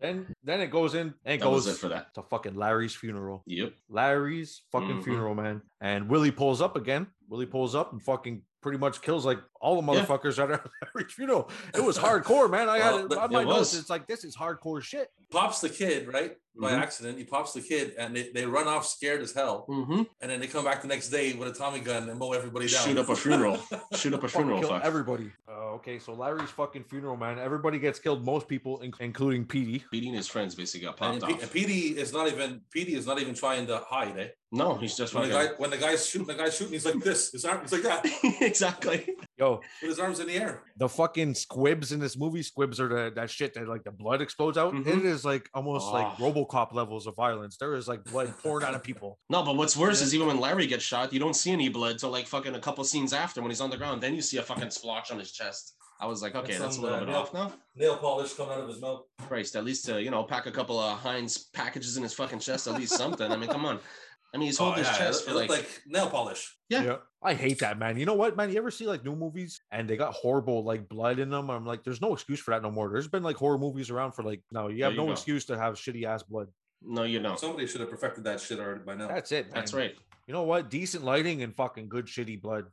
C: Then then it goes in and
B: That was it
C: goes
B: for that.
C: to fucking Larry's funeral.
B: Yep.
C: Larry's fucking
B: Mhm.
C: funeral, man. And Willie pulls up again. Willie pulls up and fucking pretty much kills like all the
G: Yeah.
C: motherfuckers at every funeral. It was hardcore, man. I had
G: Well,
C: it
G: but
C: on my
G: it
C: notes.
G: was.
C: It's like this is hardcore shit.
G: Pops the kid, right? By
C: Mm-hmm.
B: Mhm.
G: accident, he pops the kid, and they, they run off scared as hell.
B: Mm-hmm.
G: And then they come back the next day with a Tommy gun and mow everybody down.
B: Shoot up a funeral. Shoot up
C: Fucking
B: a funeral.
C: kill
B: Fuck.
C: everybody. Oh, okay, so Larry's fucking funeral, man. Everybody gets killed. Most people, in- including Petey.
B: Beating his friends basically got
G: And
B: popped
G: P-
B: off.
G: and PD is not even PD is not even trying to hide, eh?
B: No, he's just
G: When the guy
B: fucking.
G: when the guy's shooting, the guy's shooting, he's like this, his arm, he's like that,
B: exactly.
C: Yo,
G: with his arms in the air.
C: the fucking squibs in this movie. Squibs are the, that shit that like the blood explodes out.
B: Mhm.
C: It is like almost like
B: Oh.
C: RoboCop levels of violence. There is like blood poured out of people.
B: No, but what's worse is even when Larry gets shot, you don't see any blood till like fucking a couple scenes after when he's on the ground. Then you see a fucking splotch on his chest. I was like, okay,
G: That's
B: that's a
G: on
B: little
G: the-
B: bit off now.
G: Nail polish coming out of his mouth.
B: Christ, at least to you know pack a couple of Heinz packages in his fucking chest, at least something. I mean, come on. I mean, he's
G: Oh,
B: holding
G: yeah,
B: his chest
G: it,
B: for
G: it looked
B: like,
G: like nail polish.
B: Yeah.
C: I hate that, man. You know what, man? You ever see like new movies and they got horrible like blood in them? I'm like, there's no excuse for that no more. There's been like horror movies around for like, no, you
B: There
C: have
B: you
C: no
B: go.
C: excuse to have shitty ass blood.
B: no, you don't.
G: Somebody should have perfected that shit already by now.
C: That's it.
B: Oh. That's
C: man.
B: right.
C: You know what? Decent lighting and fucking good shitty blood.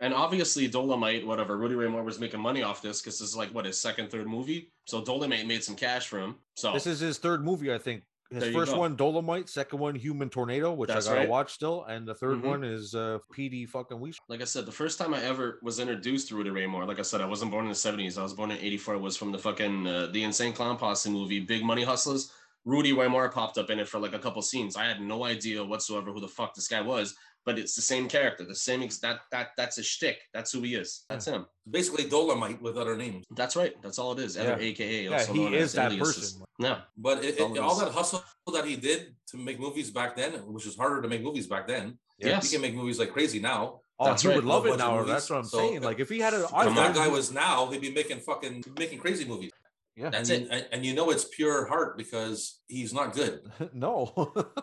B: And obviously, Dolomite, whatever, Rudy Ray Moore was making money off this because this is like what his second, third movie. So Dolomite made some cash for him. So
C: This is his third movie, I think. His
B: Oh. There you
C: first
B: go.
C: one, Dolomite. Second one, Human Tornado, which
B: That's
C: I gotta
B: right.
C: watch still, and the 3rd
B: Mhm.
C: one is uh, PD fucking Weesh.
B: like I said, the first time I ever was introduced to Rudy Ray Moore, like I said, I wasn't born in the 70s. I was born in 84. was from the fucking uh, the Insane Clown Posse movie, Big Money Hustlers. Rudy Ray Moore popped up in it for like a couple scenes. I had no idea whatsoever who the fuck this guy was, but it's the same character, the same ex- that that that's his shtick. That's who he is. That's him.
G: Basically Dolomite with other names.
B: That's right. That's all it is. Other AKA.
C: Yeah,
B: Also
C: he
B: known
C: is
B: as
C: that
B: aliases.
C: person.
B: Yeah.
G: But it, it-
B: All it
G: all
B: is.
G: that hustle that he did to make movies back then, which is harder to make movies back then.
B: Yes.
G: He can make movies like crazy now.
C: Oh,
B: That's
C: he
B: right.
C: would love it
G: Budget
C: now.
G: movies.
C: That's what I'm
G: So,
C: saying. Like if he had an
G: If that
C: iPhone,
G: guy was now, he'd be making fucking making crazy movies.
C: Yeah.
G: and, you- and and you know it's pure heart because he's not good.
C: no,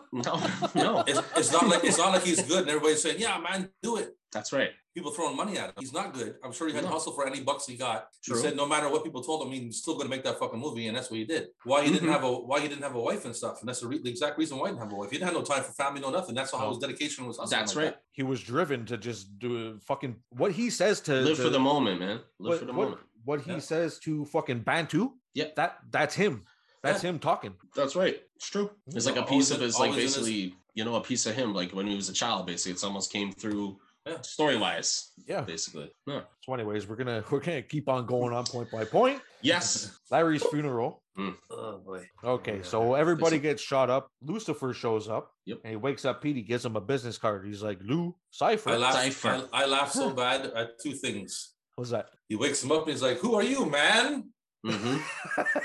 B: No. no.
G: It's, it's not like it's not like he's good, and everybody's saying, "Yeah, man, do it."
B: That's right.
G: People throwing money at him. He's not good. I'm sure he had to
B: No.
G: hustle for any bucks he got.
B: True.
G: He said, "No matter what people told him, he's still going to make that fucking movie," and that's what he did. Why he didn't
B: Mhm.
G: have a why he didn't have a wife and stuff, and that's the, re- the exact reason why he didn't have a wife. He didn't have no time for family, no nothing. That's how
C: No.
G: his dedication was. hustling
B: That's
G: like
B: right.
G: that.
C: he was driven to just do fucking what he says to
B: Live
C: to-
B: for the moment, man. Live
C: what,
B: for the
C: what-
B: moment.
C: what he
G: Yeah.
C: says to fucking Bantu.
B: Yep.
C: that that's him. That's him talking.
B: That's right. It's true. It's like a
G: Yeah, always
B: piece of
G: in-
B: his, like
G: always in his-
B: basically, you know, a piece of him, like when he was a child. Basically, it's almost came through
G: Yeah.
B: story wise.
C: Yeah.
B: Basically. Yeah.
C: So, anyways, we're gonna we're gonna keep on going on point by point.
B: Yes.
C: Larry's funeral.
B: Mm.
G: Oh boy.
C: Okay, so everybody
B: It's
C: gets shot up. Lucifer shows up.
B: Yep.
C: And he wakes up Petey, gives him a business card. He's like, Lou, Cypher.
G: I laughed. I,
B: Cypher.
G: I laughed so bad at two things.
C: What's that?
G: He wakes him up and he's like, "Who are you, man?"
B: Mm-hmm.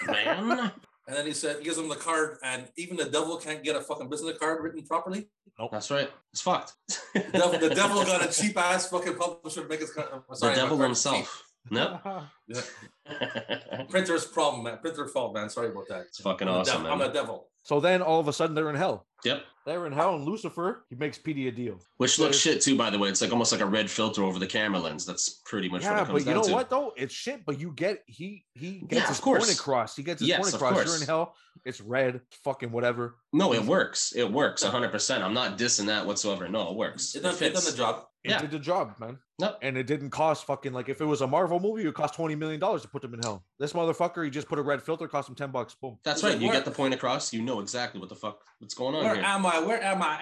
B: man.
G: And then he said, he gives him the card, and even the devil can't get a fucking business card written properly.
B: That's right. It's fucked.
G: The devil, the devil got a cheap ass fucking publisher to make his card. I'm
B: The
G: sorry, my
B: devil
G: card is cheap.
B: himself. No.
G: Printer's problem, man. Printer fault, man. Sorry about that.
B: it's fucking
G: I'm, a
B: awesome,
G: devil. I'm
B: man.
G: a devil.
C: so then all of a sudden they're in hell.
B: Yep.
C: They're in hell, and Lucifer, he makes Petey a deal.
B: Which looks
C: There's-
B: shit too, by the way. It's like almost like a red filter over the camera lens. That's pretty much what
C: yeah,
B: it comes
C: but you
B: down
C: know
B: to.
C: what though? It's shit, but you get he he gets
B: Yeah,
C: his
B: of
C: point
B: course.
C: across. He gets his
B: Yes,
C: point
B: of
C: across. You're
B: course.
C: in hell. It's red, fucking whatever.
B: No, it works. It works 100%. I'm not dissing that whatsoever. No, it works.
G: It done, it done
B: fits.
G: the job.
C: It
B: Yeah.
C: did the job, man.
B: Yep.
C: And it didn't cost fucking like if it was a Marvel movie, it would cost twenty million dollars to put them in hell. This motherfucker, he just put a red filter, cost him ten bucks. Boom.
B: That's
G: It's
B: right.
G: like,
B: You
G: where-
B: get the point across. You know exactly what the fuck what's going on
G: Where
B: here.
G: am I? Where am I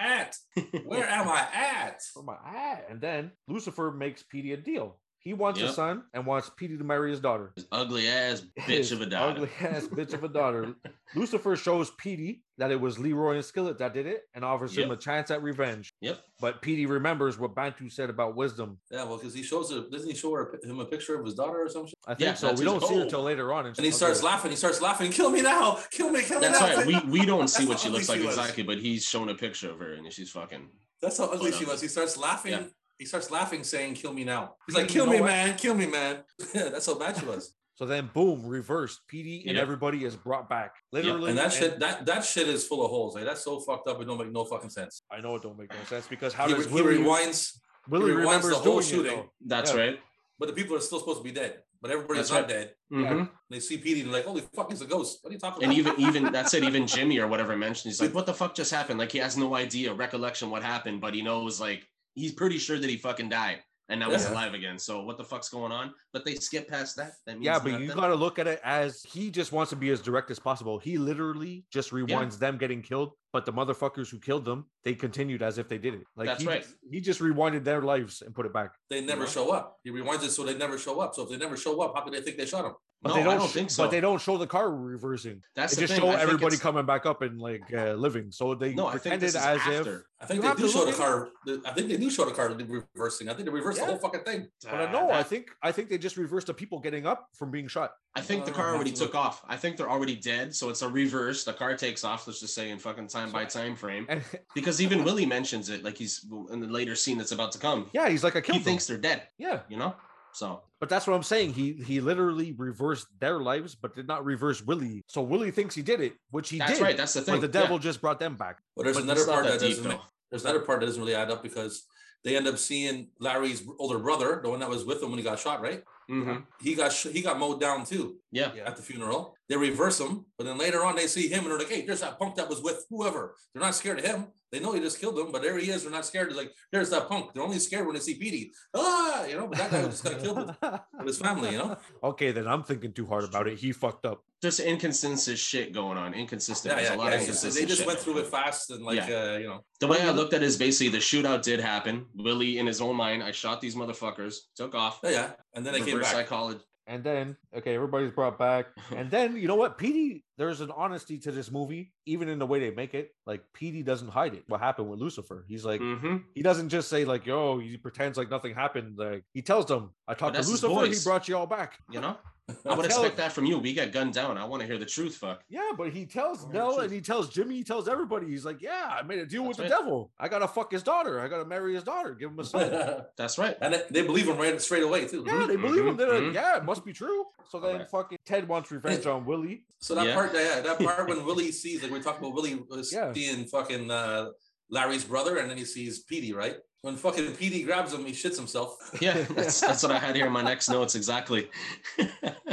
G: at? Where am I at?
C: For my ah, and then Lucifer makes Petey a deal. He wants a
B: Yep.
C: son and wants Petey to marry his daughter.
B: His ugly ass
C: His
B: bitch of a dog.
C: Ugly ass bitch of a daughter. Lucifer shows Petey that it was Leroy and Skillet that did it and offers him a
B: Yep.
C: chance at revenge.
B: Yep.
C: But Petey remembers what Bantu said about wisdom.
G: Yeah, well, because he shows her, doesn't he show her, him a picture of his daughter or some shit?
C: I think
B: Yeah,
C: so.
B: that's
C: We
B: his-
C: don't see it
G: oh.
C: till later on.
G: And he starts laughing. He starts laughing. Kill me now. Kill me. Kill me
B: That's
G: now.
B: right. We we don't see
G: That's
B: what
G: how
B: she looks like
G: ugly she was.
B: exactly, but he's shown a picture of her and she's fucking.
G: That's how ugly
B: Hold
G: she
B: on.
G: was. He starts laughing.
B: Yeah.
G: He starts laughing, saying, "Kill me now." He's
C: You
G: like, "Kill
C: know
G: me,
C: what?
G: man! Kill me, man!" That's how bad she was.
C: So then, boom, reversed. Petey and
B: Yep.
C: everybody is brought back. Literally,
G: And that shit, that that shit is full of holes. Like that's so fucked up. It don't make no fucking sense.
C: I know it don't make no sense because how
G: he, re-
C: does
G: he
C: Willie,
G: rewinds,
C: Willie
G: he rewinds
C: remembers
G: the whole
C: doing
G: shooting.
C: It, though?
B: That's
C: Yeah.
B: right.
G: but the people are still supposed to be dead. But everybody's
B: That's
G: not
B: right.
G: dead.
B: Mhm.
G: And they see Petey and they're like, "Holy fuck, he's a ghost!" What are you talking
B: And
G: about?
B: even even that's it. Even Jimmy or whatever mentioned, he's like, "What the fuck just happened?" Like he has no idea, recollection what happened, but he knows like he's pretty sure that he fucking died. and now he's
G: Yeah.
B: alive again. So what the fuck's going on? But they skip past that. that means
C: Yeah, but
B: not
C: you
B: them.
C: got to look at it as he just wants to be as direct as possible. He literally just rewinds them getting killed, but the motherfuckers who killed them, they continued as if they did it. Like
B: That's
C: he,
B: right.
C: he just rewinded their lives and put it back.
G: They never
B: Yeah.
G: show up. He rewinds it so they never show up. So if they never show up, how could they think they shot him?
C: But
B: No,
C: they
B: I
C: don't,
B: don't
C: sh-
B: think so.
C: But they don't show the car reversing.
B: That's
C: They
B: the
C: just
B: thing.
C: show
B: I think
C: everybody
B: it's-
C: coming back up and like uh, living. So they
B: No, I think
C: pretended
B: this
C: as
B: is after.
C: if.
G: I think
C: You have
G: they do
C: to
G: show the
C: look
G: car. I think they do show the car reversing. I think they reversed
C: Yeah.
G: the whole fucking thing.
C: But I
B: Uh,
C: know. I
B: that-
C: think I think they just reversed the people getting up from being shot.
B: I think the
C: Oh,
G: Uh,
B: car already
G: that's what-
B: took off. I think they're already dead, so it's a reverse. The car takes off. Let's just say in fucking time by time frame,
C: And
B: because even Willie mentions it, like he's in the later scene that's about to come.
C: yeah, he's like I
B: He
C: killed them.
B: thinks they're dead.
C: Yeah,
B: You know, so
C: but that's what I'm saying. He he literally reversed their lives, but did not reverse Willie. So Willie thinks he did it, which he
B: that's
C: did.
B: right. That's the thing.
C: but the
B: Yeah.
C: devil just brought them back.
G: But there's
B: But
G: another
B: it's not
G: part
B: that
G: that,
B: deep
G: doesn't.
B: though.
G: There's another part that doesn't really add up because they end up seeing Larry's older brother, the one that was with him when he got shot. Right?
B: Mhm.
G: He got sh- he got mowed down too
B: Yeah.
G: at the funeral. They reverse him, but then later on they see him and they're like, "Hey, there's that punk that was with whoever." They're not scared of him. They know he just killed them, but there he is. They're not scared. They're like, "There's that punk." They're only scared when they see Petey. Ah, you know. But that guy was just got killed with, with his family. You know.
C: okay, then I'm thinking too hard about it. He fucked up.
B: There's inconsistent shit going on. Inconsistent.
G: Yeah,
B: There's
G: yeah,
B: a lot
G: yeah.
B: of
G: It's just- They
B: inconsistent.
G: just
B: shit.
G: went through it fast and like, uh, you know.
B: The way I looked at it is basically the shootout did happen. Willie, in his own mind, I shot these motherfuckers, took off.
G: Oh, Yeah, yeah. And then they came
B: reverse
G: back.
B: psychology.
C: And then, okay, everybody's brought back. And then, you know what? Petey, there's an honesty to this movie, even in the way they make it. Like, Petey doesn't hide it. What happened with Lucifer? He's like,
B: hmm
C: he doesn't just say, like, yo, he pretends like nothing happened. Like, he tells them, I talked to
B: that's his
C: Lucifer. He
B: voice.
C: brought you all back.
B: You know, I would
C: Tell-
B: expect that from you. We got gunned down. I want to hear the truth. Fuck.
C: Yeah, but he tells
B: Oh,
C: Nell
B: shit.
C: and he tells Jimmy, he tells everybody. He's like, yeah, I made a deal with
B: That's
C: the
B: right.
C: devil. I got to fuck his daughter. I got to marry his daughter, give him a son.
B: Mm-hmm,
G: and
B: That's right.
G: they- they believe him right straight away too.
C: Yeah, they believe him.
B: mhm,
C: They're like,
B: mhm.
C: yeah, it must be true. So then
B: Correct.
C: fucking Ted wants revenge on Willie.
G: So that
B: Yeah.
G: part, yeah, that part when Willie sees, like we talked about Willie was
C: Yeah.
G: seeing fucking uh, Larry's brother, and then he sees Petey, right? When fucking Petey grabs him, he shits himself.
B: Yeah, that's, that's what I had here in my next notes exactly.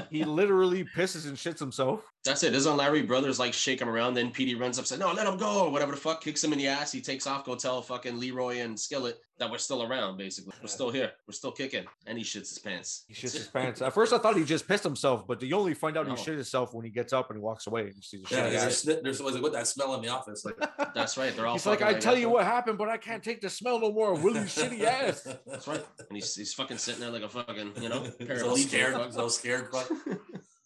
C: He literally pisses and shits himself.
B: that's it. Doesn't Larry Brothers like shake him around? Then Petey runs up, says, "No, let him go," or whatever the fuck, kicks him in the ass. He takes off. Go tell fucking Leroy and Skillet that we're still around. Basically, we're still here. We're still kicking. And he shits his pants.
C: He shits his pants. At first, I thought he just pissed himself, but you only find out
B: No.
C: he shit himself when he gets up and he walks away and you see the shit.
G: Yeah,
C: in his
G: there's, a
C: eyes.
G: sn- there's always what that smell in the office. Like,
B: That's right. They're all.
C: He's like,
B: fucking
C: I
B: right
C: tell
B: after
C: you
B: him."
C: what happened, but I can't take the smell no more of Willie's shitty ass.
B: That's right. And he's, he's fucking sitting there like a fucking, you know,
G: he's all
B: paraplegic.
G: scared. He's all scared. But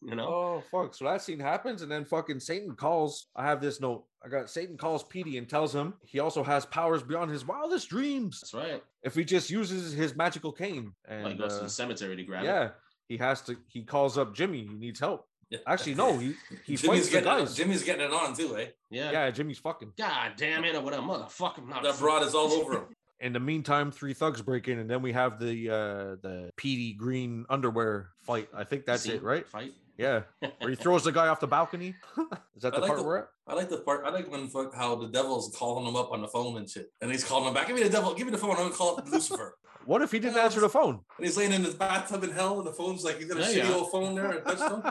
B: You know?
C: Oh fuck! So that scene happens, and then fucking Satan calls. I have this note. I got Satan calls Petey and tells him he also has powers beyond his wildest dreams
B: That's right.
C: if he just uses his magical cane. And
B: Like goes to
C: uh,
B: the cemetery to grab it.
C: yeah, he has to. He calls up Jimmy. He needs help.
G: Yeah.
C: Actually, no, he he
G: Jimmy's
C: fights the
G: getting it,
C: guys.
G: Jimmy's getting it on too, eh?
B: Yeah.
C: Yeah, Jimmy's fucking.
B: God damn it! What a motherfucker! Not
G: That broad is all over him.
C: in the meantime, three thugs break in, and then we have the uh the Petey Green underwear fight. I think that's it, right?
B: Fight.
C: Yeah, where he throws the guy off the balcony. Is that
G: I
C: the
G: like
C: part
G: the-
C: we're at?
G: I like the part. I like when fuck how the devil's calling him up on the phone and shit, and he's calling him back. Give me the devil. Give me the phone. I'm gonna call up Lucifer.
C: What if he didn't
G: Yeah,
C: answer the phone?
G: and he's laying in his bathtub in hell, and the phone's like he's got a
B: Yeah,
G: shitty
B: yeah.
G: old phone there. And touched him.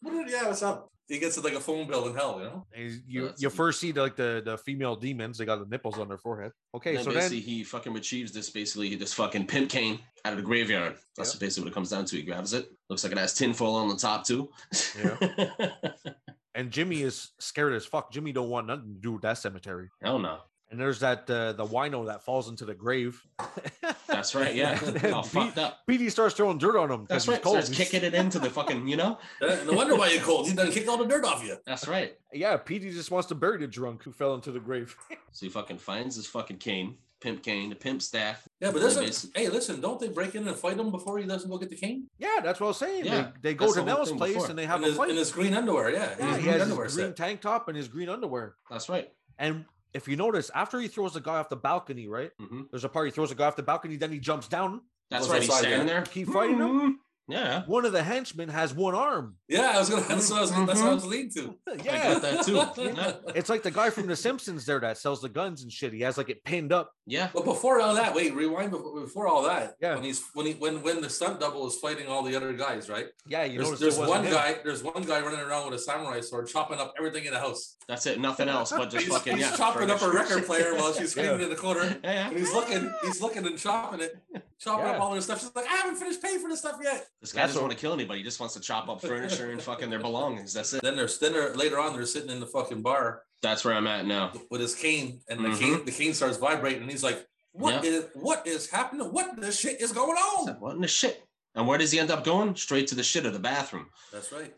G: What are- yeah, what's up? He gets like a phone bill in hell, you know.
C: Is- you
B: that's
C: you
B: deep.
C: first see like the the female demons. They got the nipples on their forehead. Okay,
B: then
C: so then
B: basically he fucking retrieves this basically this fucking pimp cane out of the graveyard. That's
C: Yeah.
B: basically what it comes down to. He grabs it. Looks like it has tinfoil on the top too.
C: and Jimmy is scared as fuck. Jimmy don't want nothing to do with that cemetery.
B: Hell no.
C: And there's that uh, the wino that falls into the grave.
B: That's right. Yeah. All fucked up.
C: Petey starts throwing dirt on him. 'cause
B: That's
C: he's
B: right. Starts
C: He's-
B: kicking it into the fucking. You know.
G: Uh, No wonder why you're cold. He done kicked all the dirt off you.
B: That's right.
C: Yeah, Petey just wants to bury the drunk who fell into the grave.
B: So he fucking finds his fucking cane, pimp cane, the pimp staff.
G: Yeah, but
B: They
G: listen,
B: basi-
G: hey, listen, don't they break in and fight him before he doesn't go get the cane?
C: Yeah, that's what I was saying.
B: Yeah,
C: they, they go
B: that's
C: to
B: the whole
C: Nell's
B: thing
C: place
B: before.
C: and they have
G: In
C: a
G: his,
C: fight.
G: in his green underwear, yeah. In
C: yeah,
G: his
C: he
G: green
C: has his
G: underwear
C: green
G: set.
C: tank top and his green underwear.
B: That's right.
C: And if you notice, after he throws the guy off the balcony, right?
G: Mm-hmm.
B: hmm
C: There's a part he throws the guy off the balcony, then he jumps down.
B: That's
G: Was
B: right. He's
G: outside,
B: standing there.
C: Keep fighting him?
B: Mhm. Yeah.
C: One of the henchmen has one arm.
G: Yeah, I was gonna that's what I was, that's what I was leading to.
B: I
C: Mm-hmm. yeah.
B: got that too. Yeah.
C: It's like the guy from The Simpsons there that sells the guns and shit. He has like it pinned up.
B: Yeah.
G: But before all that, wait, rewind before, before all that.
C: Yeah.
G: When he's when he when when the stunt double is fighting all the other guys, right?
C: Yeah, you
G: There's,
C: notice it
G: there's
C: wasn't
G: one
C: him.
G: guy, there's one guy running around with a samurai sword chopping up everything in the house.
B: That's it. Nothing else but just
G: He's,
B: fucking
G: he's
B: yeah.
G: chopping up a
B: furniture.
G: record player while she's screaming in the corner.
B: Yeah,
G: And he's looking, he's looking and chopping it. chopping
C: Yeah.
G: up all their stuff. She's like, I haven't finished paying for this stuff yet.
B: This guy
C: That's
B: doesn't
C: what-
B: want to kill anybody. He just wants to chop up furniture and fucking their belongings. That's it.
G: Then they're, then they're later on, they're sitting in the fucking bar
B: That's where I'm at now.
G: with his cane, and
B: Mhm.
G: the cane the cane starts vibrating, and he's like, "What is what is happening? What the shit is going
B: I
G: on?"
B: said, Oh, What in the shit? And where does he end up going? Straight to the shit of the bathroom.
G: That's right.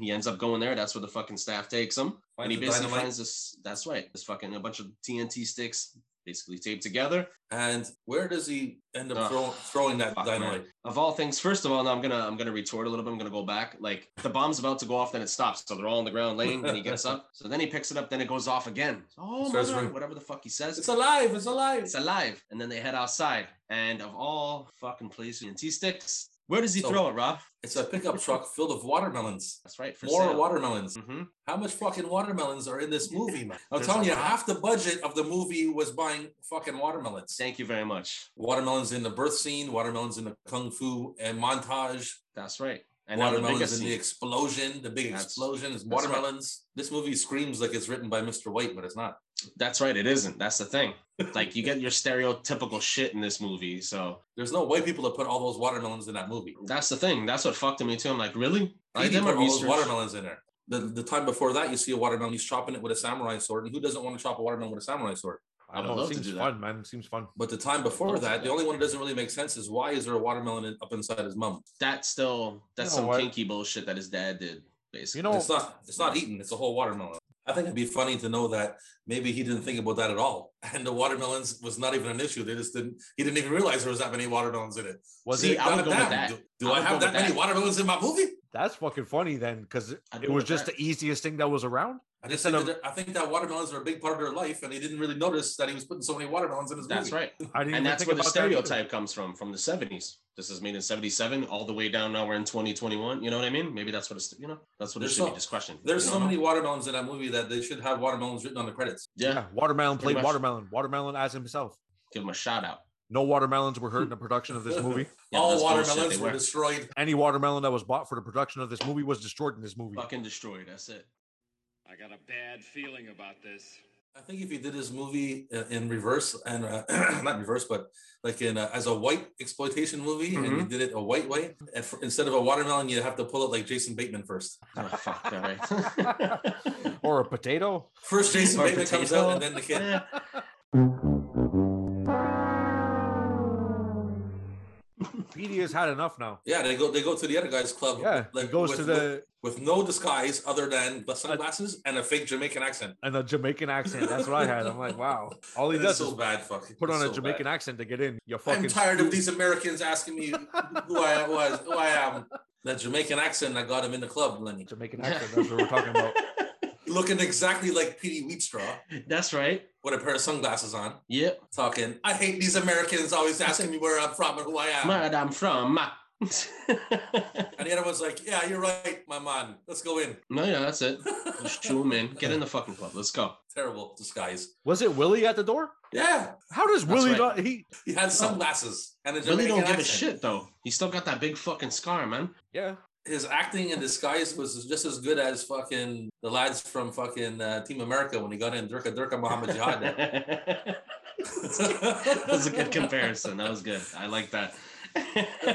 B: he ends up going there. That's where the fucking staff takes him. and
G: Finds
B: he
G: the
B: basically
G: dynamite.
B: finds this. That's right. This fucking a bunch of TNT sticks basically taped together.
G: And where does he end up
B: Ugh.
G: throw, throwing that
B: Fuck,
G: dynamite?
B: man. Of all things, first of all, now I'm gonna I'm gonna retort a little bit. I'm gonna go back. Like the bomb's about to go off, then it stops. So they're all on the ground laying. Then he gets up. So then he picks it up. Then it goes off again. Oh my
G: Starts
B: God,
G: ringing.
B: whatever the fuck he says.
G: It's alive! It's alive!
B: It's alive. And then they head outside. And of all fucking places, TNT sticks. Where does he
G: So-
B: throw it, Rob?
G: It's a pickup truck filled with watermelons.
B: That's right. For
G: More
B: sale.
G: watermelons.
B: Mhm.
G: How much fucking watermelons are in this movie, man? I'm
B: There's
G: telling
B: a
G: you,
B: lot.
G: half the budget of the movie was buying fucking watermelons.
B: Thank you very much.
G: Watermelons in the birth scene, watermelons in the kung fu and montage,
B: That's right. And now the biggest
G: watermelons in the
B: scene.
G: explosion. The big
B: That's-
G: explosion is
B: that's right.
G: watermelons. This movie screams like it's written by Mr. White, but it's not.
B: That's right. It isn't. That's the thing. Like you get your stereotypical shit in this movie. So
G: There's no white people to put all those watermelons in that movie.
B: that's the thing. That's what fucked me too. I'm like, really?
G: I
B: I
G: did
B: did my
G: put all those
B: research.
G: watermelons in there. The, the time before that, you see a watermelon, he's chopping it with a samurai sword. And who doesn't want to chop a watermelon with a samurai sword?
C: I
B: I'd
C: don't know.
B: love
C: Oh, It
B: to
C: seems
B: do that.
C: fun, man. It seems fun.
G: But the time before that, the only one that doesn't really make sense is why is there a watermelon in- up inside his mum?
B: That's still that's
C: You know
B: some
C: what?
B: kinky bullshit that his dad did. Basically,
C: You know,
G: It's not it's not eaten, it's a whole watermelon. I think it'd be funny to know that maybe he didn't think about that at all. And the watermelons was not even an issue. They just didn't he didn't even realize there was that many watermelons in it.
C: Was
B: See,
C: it?
B: I would go with
G: Goddamn,
B: that.
G: Do, do
B: I
G: I,
B: would go
G: have
B: with
G: that many
B: that.
G: watermelons in my movie?
C: That's fucking funny then, because it
B: I'd
C: it
B: go
C: was
B: with
C: just
B: that.
C: the easiest thing that was around.
G: I just
C: Instead
B: um,
G: think
C: of-
G: that, I think that watermelons are a big part of their life, and he didn't really notice that he was putting so many watermelons in his movie.
B: that's right.
C: I didn't. even
B: And that's
C: think
B: where the
C: about that either.
B: stereotype comes from, from the '70s. This is made in '77, all the way down. Now we're in 2021. You know what I mean? Maybe that's what it's. You know, that's what it
G: There's
B: should be.
G: so-
B: Just questioned.
G: There's
B: You
G: so
B: know?
G: many watermelons in that movie that they should have watermelons written on the credits.
B: Yeah,
C: Yeah, watermelon
B: Pretty
C: played
B: much.
C: watermelon. Watermelon as himself.
B: give him a shout out.
C: No watermelons were hurt in the production of this movie.
B: Yeah,
G: All
B: that's bullshit.
G: watermelons
B: They
G: were
B: were
G: destroyed.
C: Any watermelon that was bought for the production of this movie was destroyed in this movie.
B: fucking destroyed. That's it.
I: I got a bad feeling about this.
G: I think if you did this movie uh, in reverse and uh, not reverse, but like in a, as a white exploitation movie, and
B: Mm-hmm.
G: you did it a white way, and for, instead of a watermelon, you have to pull it like Jason Bateman first.
B: Oh, fuck. All right.
C: Or a potato.
G: First, Jason
B: Or
G: Bateman comes out, and then
B: potato.
G: the kid.
B: Yeah.
C: PD has had enough now.
G: Yeah, they go. They go to the other guy's club.
C: Yeah,
G: like,
C: it goes
G: with,
C: to the
G: with no disguise other than the sunglasses and a fake Jamaican accent.
C: and the Jamaican accent. That's what I had. I'm like, wow. All he
G: It is
C: does
G: so
C: is
G: bad. Fucking
C: put on
G: so
C: a
G: bad.
C: Jamaican accent to get in. You fucking.
G: I'm tired of
C: scoop.
G: these Americans asking me who I was, who I am. That Jamaican accent that got him in the club, Lenny,
C: Jamaican accent. That's what we're talking about.
G: looking exactly like Petey Wheatstraw.
B: That's right.
G: with a pair of sunglasses on,
B: Yep.
G: talking, I hate these Americans always asking me where I'm from and who I am.
B: Where I'm from. ma.
G: And the other one's like, Yeah, you're right, my man. Let's go in.
B: no, yeah, that's it. It's true, man. Get in the fucking club. Let's go.
G: Terrible disguise.
C: Was it Willie at the door?
G: Yeah,
C: How does
B: That's
C: Willie
B: right.
C: not? He
G: he had sunglasses and a
B: Oh. Really
G: Jamaican
B: don't give a
G: accent.
B: shit though. He still got that big fucking scar, man.
C: yeah.
G: His acting in disguise was just as good as fucking the lads from fucking uh, Team America when he got in Durka Durka Muhammad Jihad.
B: that was a good comparison. That was good. I like that.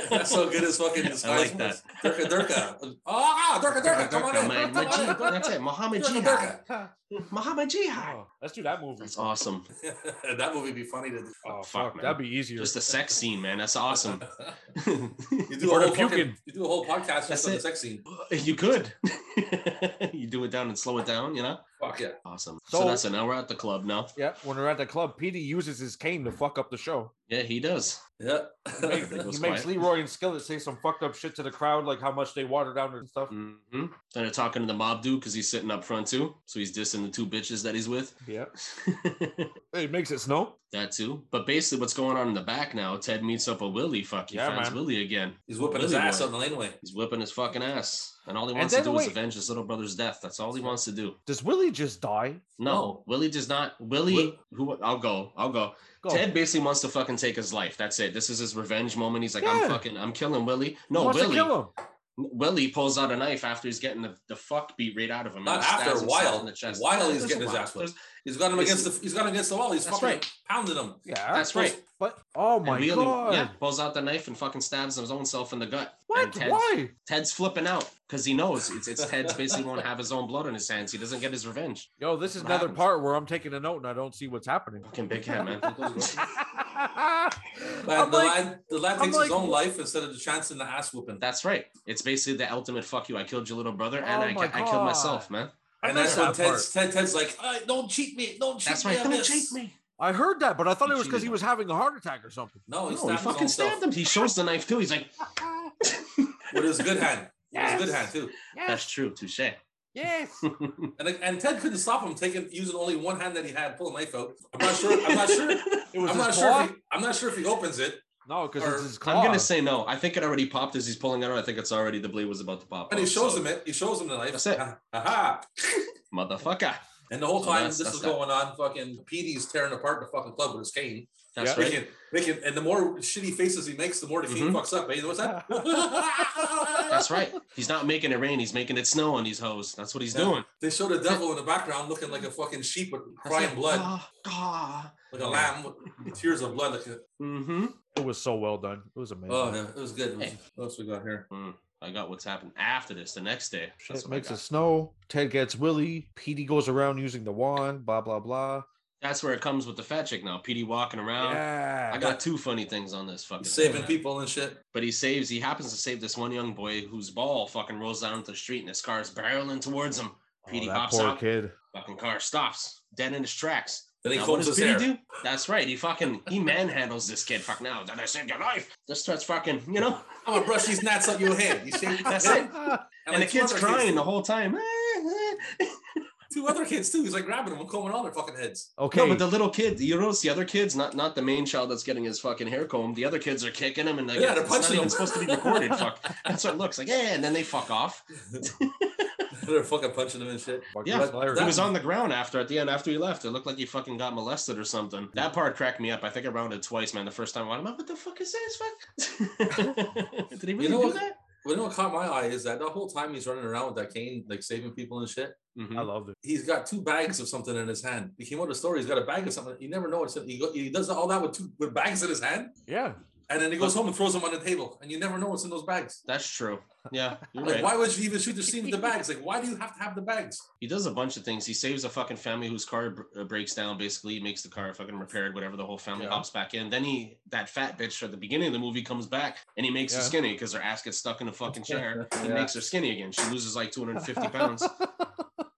G: That's so good as fucking
B: I
G: disguise.
B: like that.
G: was. Durka Durka. Ah, Durka Durka, come on in.
B: Man, my
G: Come on in.
B: jihad. That's it. Muhammad
G: Durka
B: Jihad.
G: Durka.
B: Muhammad Jihad.
C: Oh, let's do that movie.
B: That's awesome.
G: that movie would be funny to do.
C: Oh
B: fuck,
C: fuck,
B: man.
C: that'd be easier.
B: Just the sex scene, man. That's awesome.
G: You do,
C: Or
G: a whole
C: the
G: fucking,
C: puking.
G: you do a whole podcast
B: That's
G: just on the
B: it.
G: sex scene.
B: you could. you do it down and slow it down, you know?
G: Fuck yeah.
B: Awesome. So,
C: So-
B: that's it. Now we're at the club now.
C: yeah, when we're at the club, Petey uses his cane to fuck up the show.
B: Yeah, he does.
G: Yeah.
C: He makes,
B: Everything goes
C: he makes
B: quiet.
C: Leroy and Skillet say some fucked up shit to the crowd, like how much they water down and stuff.
B: Mhm. Then they're talking to the mob dude because he's sitting up front too. So he's dissing the two bitches that he's with.
C: Yeah, it makes it snow.
B: that too. But basically, what's going on in the back now? Ted meets up with Willie. Fuck, he
C: Yeah,
B: finds
C: man.
B: Willie again.
G: He's whipping his
B: Really
G: ass
B: would.
G: on the laneway.
B: He's whipping his fucking ass, and all he
C: And
B: wants to
C: then
B: do is
C: wait.
B: avenge his little brother's death. That's all he wants to do.
C: Does Willie just die?
B: No,
G: No.
B: Willie does not. Willie, who I'll go, I'll go.
C: Go.
B: Ted basically wants to fucking take his life. That's it. This is his revenge moment. He's like, I'm
C: Yeah.
B: fucking, I'm killing Willie.
C: He
B: No,
C: wants to
B: Willie.
C: kill him.
B: Willie pulls out a knife after he's getting the, the fuck beat right out of him. and
G: Not
B: he stabs
G: after a
B: himself
G: while.
B: in the chest.
G: While he's
B: There's
G: getting
B: a
G: his
B: while.
G: ass
B: There's-
G: whipped. He's got him
B: It's-
G: against the he's got him against the wall. He's
B: That's
G: fucking
B: right.
G: pounding him.
C: Yeah,
B: That's right.
C: But oh my
B: And Willie,
C: god,
B: yeah, pulls out the knife and fucking stabs his own self in the gut.
C: what?
B: And Ted's,
C: Why?
B: Ted's flipping out because he knows it's, it's Ted's basically won't have his own blood on his hands. He doesn't get his revenge.
C: Yo, this is
B: What
C: another
B: happens?
C: part where I'm taking a note and I don't see what's happening.
B: Fucking big head, man.
G: Man,
C: I'm
G: the
C: like,
G: lad the lad
C: I'm
G: takes his
C: like-
G: own life instead of the chance in the ass whooping.
B: That's right. It's basically the ultimate fuck you. I killed your little brother and
C: Oh
B: I,
C: my
B: I killed
C: God.
B: myself, man.
C: I
G: and
C: missed
G: that's when
C: that
G: Ted's, Ted, Ted's like, "Uh, don't cheat me, don't cheat
B: That's
G: me.
B: right.
G: on
B: Don't
G: this."
B: chase me.
C: I heard that, but I thought
B: He
C: it was because he
B: cheated.
C: was having a heart attack or something.
G: No, Oh, he,
B: No, he
G: fucking
B: fucking stabbed him. He shows the knife too. He's like,
G: with his good hand. With his good hand too.
B: that's true, touche.
C: Yes.
G: And, and Ted couldn't stop him taking using only one hand that he had, pull a knife out. I'm not sure. I'm not sure.
C: It was
G: I'm
C: his
G: not
C: claw?
G: sure. If he, I'm not sure if he opens it.
C: No, because
G: Or-
C: it's his claw.
B: I'm gonna say no. I think it already popped as he's pulling out. I think it's already the blade was about to pop.
G: And he
B: out,
G: shows
B: Oh, so-
G: him it. He shows him the knife.
B: That's it.
G: Ah, Aha!
B: motherfucker.
G: And the whole
B: So
G: time
B: that's-
G: this
B: that's
G: is
B: that.
G: going on, fucking PD's tearing apart the fucking club with his cane.
B: That's
C: Yeah.
B: right. Mm-hmm.
G: Making, making, and the more shitty faces he makes, the more the cane fucks up. Eh? You know what's that?
B: That's right. He's not making it rain. He's making it snow on these hoes. That's what he's doing.
G: They show the devil in the background looking like a fucking sheep with
B: That's
G: crying
B: it.
G: blood,
B: Ah, ah.
G: like a lamb with tears of blood. Like a,
B: Mm-hmm.
C: it was so well done. It was amazing.
G: oh, yeah, it was good. It was-
B: Hey.
G: What else we got here?
B: I got what's happened after this. The next day. That's
C: It
B: what I
C: makes
B: got.
C: it snow. Ted gets Willie. Petey goes around using the wand. Blah blah blah.
B: That's where it comes with the fat chick now. PD walking around.
C: yeah.
B: Uh, I got two funny things on this fucking
G: Saving
B: thing.
G: people and shit.
B: But he saves. He happens to save this one young boy whose ball fucking rolls down to the street, and his car is barreling towards him.
C: Oh,
B: Petey
C: that
B: pops
C: poor
B: out.
C: kid.
B: Fucking car stops dead in his tracks.
G: Then he
B: Now,
G: combs his hair.
B: do? That's right. He fucking he manhandles this kid. Fuck now. Then I saved your life. Just starts fucking, you know.
G: I'm gonna brush these gnats up your head. You see?
B: That's it. And,
G: like
B: the kid's
G: two other
B: crying
G: Kids,
B: the whole time. Eh, eh.
G: two other kids too. He's like grabbing them and combing all their fucking heads.
C: Okay.
B: No, but the little kid, you notice the other kids, not not the main child that's getting his fucking hair combed. The other kids are kicking him and like,
G: Yeah, they're
B: it's not
G: punching him.
B: even supposed to be recorded. Fuck. That's what it looks like. Yeah, and then they fuck off.
G: They're fucking punching them and shit.
C: Fucking
B: Yeah,
C: hilarious.
B: he was on the ground after at the end after he left. It looked like he fucking got molested or something. That part cracked me up. I think I rounded twice, man. The first time I went, I'm like, what the fuck is this? Fuck. Did he really
G: know
B: do
G: what-
B: that?
G: Well, you know what caught my eye is that the whole time he's running around with that cane, like saving people and shit.
B: Mhm.
C: I loved it.
G: he's got two bags of something in his hand. He came out of the store. He's got a bag of something. You never know. It's he, go, he does all that with two with bags in his hand,
C: Yeah.
G: and then he goes home and throws them on the table. And you never know what's in those bags.
B: That's true. Yeah, you're
G: Like,
B: right.
G: why would you even shoot the scene with the bags? Like, why do you have to have the bags?
B: He does a bunch of things. He saves a fucking family whose car br- uh, breaks down. Basically, he makes the car fucking repaired. Whatever. The whole family
G: Yeah.
B: hops back in. Then he that fat bitch at the beginning of the movie comes back and he makes her
C: Yeah.
B: skinny because her ass gets stuck in a fucking chair. He
G: Yeah.
B: makes her skinny again. She loses like 250 pounds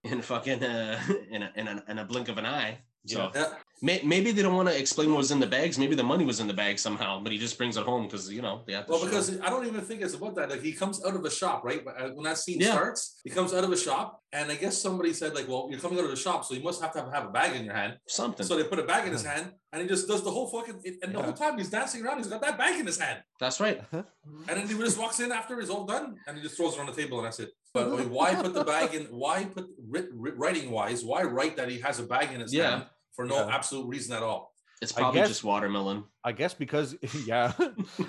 B: in fucking uh, in a, in, a, in a blink of an eye. So
G: Yeah.
B: may, maybe they don't want to explain what was in the bags. Maybe the money was in the bag somehow, but he just brings it home because you know they have to.
G: Well,
B: show-
G: because I don't even think it's about that. Like, he comes out of a shop, right? But, uh, When that scene
B: Yeah.
G: starts, he comes out of a shop, and I guess somebody said, like, well, you're coming out of the shop, so you must have to have, have a bag in your hand.
B: something.
G: So they put a bag in his hand, and he just does the whole fucking. And the
C: Yeah.
G: whole time he's dancing around, he's got that bag in his hand.
B: That's right.
G: And then he just walks in after it's all done, and he just throws it on the table, and that's it. But I mean, why put the bag in? Why put writ, writ, writing wise? Why write that he has a bag in his
B: Yeah.
G: hand for no
C: Yeah.
G: absolute reason at all?
B: It's
C: I
B: probably
C: guess-
B: just watermelon.
C: I guess because yeah.